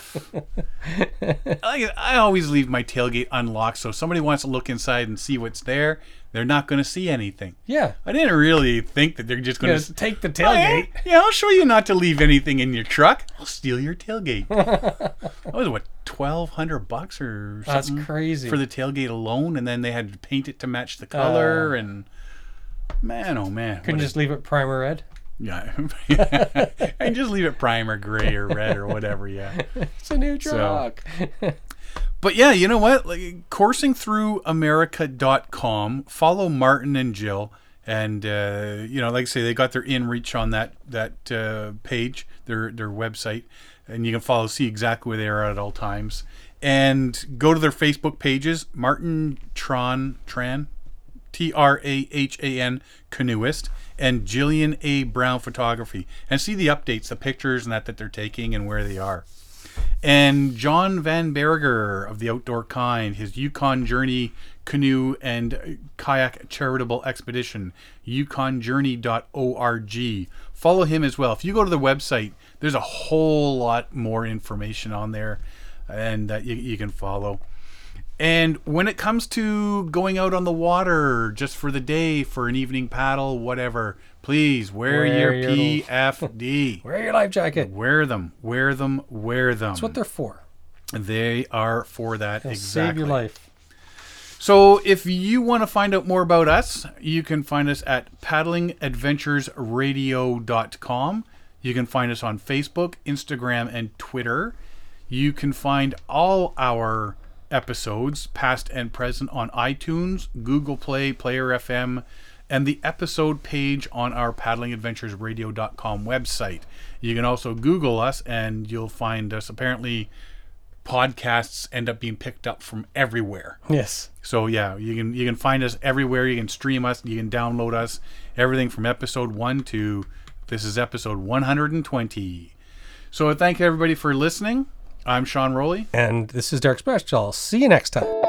Speaker 1: I, I always leave my tailgate unlocked. So if somebody wants to look inside and see what's there, they're not going to see anything.
Speaker 2: Yeah. Oh,
Speaker 1: I didn't really think that they're just going to.
Speaker 2: take the
Speaker 1: Hey, yeah, I'll show you not to leave anything in your truck. I'll steal your tailgate. that was what twelve hundred bucks or
Speaker 2: That's
Speaker 1: something
Speaker 2: crazy. Uh,
Speaker 1: for the tailgate alone, and then they had to paint it to match the color. and man, oh man,
Speaker 2: Couldn't
Speaker 1: what a-
Speaker 2: just leave it primer red.
Speaker 1: yeah, and just leave it prime or gray or red or whatever. Yeah,
Speaker 2: It's a new truck.
Speaker 1: but yeah, you know what? Like coursing through America.com, follow Martin and Jill. And uh, you know, like I say, they got their in reach on that that uh, page, their their website, and you can follow, see exactly where they are at all times, and go to their Facebook pages. Martin Tron Tran, T R A H A N canoeist, and Jillian A Brown photography, and see the updates, the pictures, and that that they're taking and where they are and John Van Berger of the Outdoor Kind, his Yukon Journey Canoe and Kayak Charitable Expedition, yukonjourney.org. Follow him as well. If you go to the website, there's a whole lot more information on there and that you, you can follow. And when it comes to going out on the water just for the day, for an evening paddle, whatever, please wear,
Speaker 2: Wear
Speaker 1: your,
Speaker 2: your-
Speaker 1: PFD.
Speaker 2: Wear your life jacket. That's
Speaker 1: wear them, wear them, wear them.
Speaker 2: what they're for.
Speaker 1: They are for that
Speaker 2: They'll
Speaker 1: exactly.
Speaker 2: Save your life.
Speaker 1: So if you want to find out more about us, you can find us at paddlingadventuresradio.com. You can find us on Facebook, Instagram, and Twitter. You can find all our episodes, past and present, on iTunes, Google Play, Player FM, and the episode page on our paddlingadventuresradio.com website. You can also Google us and you'll find us. Apparently, podcasts end up being picked up from everywhere.
Speaker 2: Yes.
Speaker 1: So yeah, you can you can find us everywhere. You can stream us. You can download us. Everything from episode one to this is episode 120. So I thank everybody for listening. I'm Sean Rowley.
Speaker 2: And this is Derek Special. See you next time.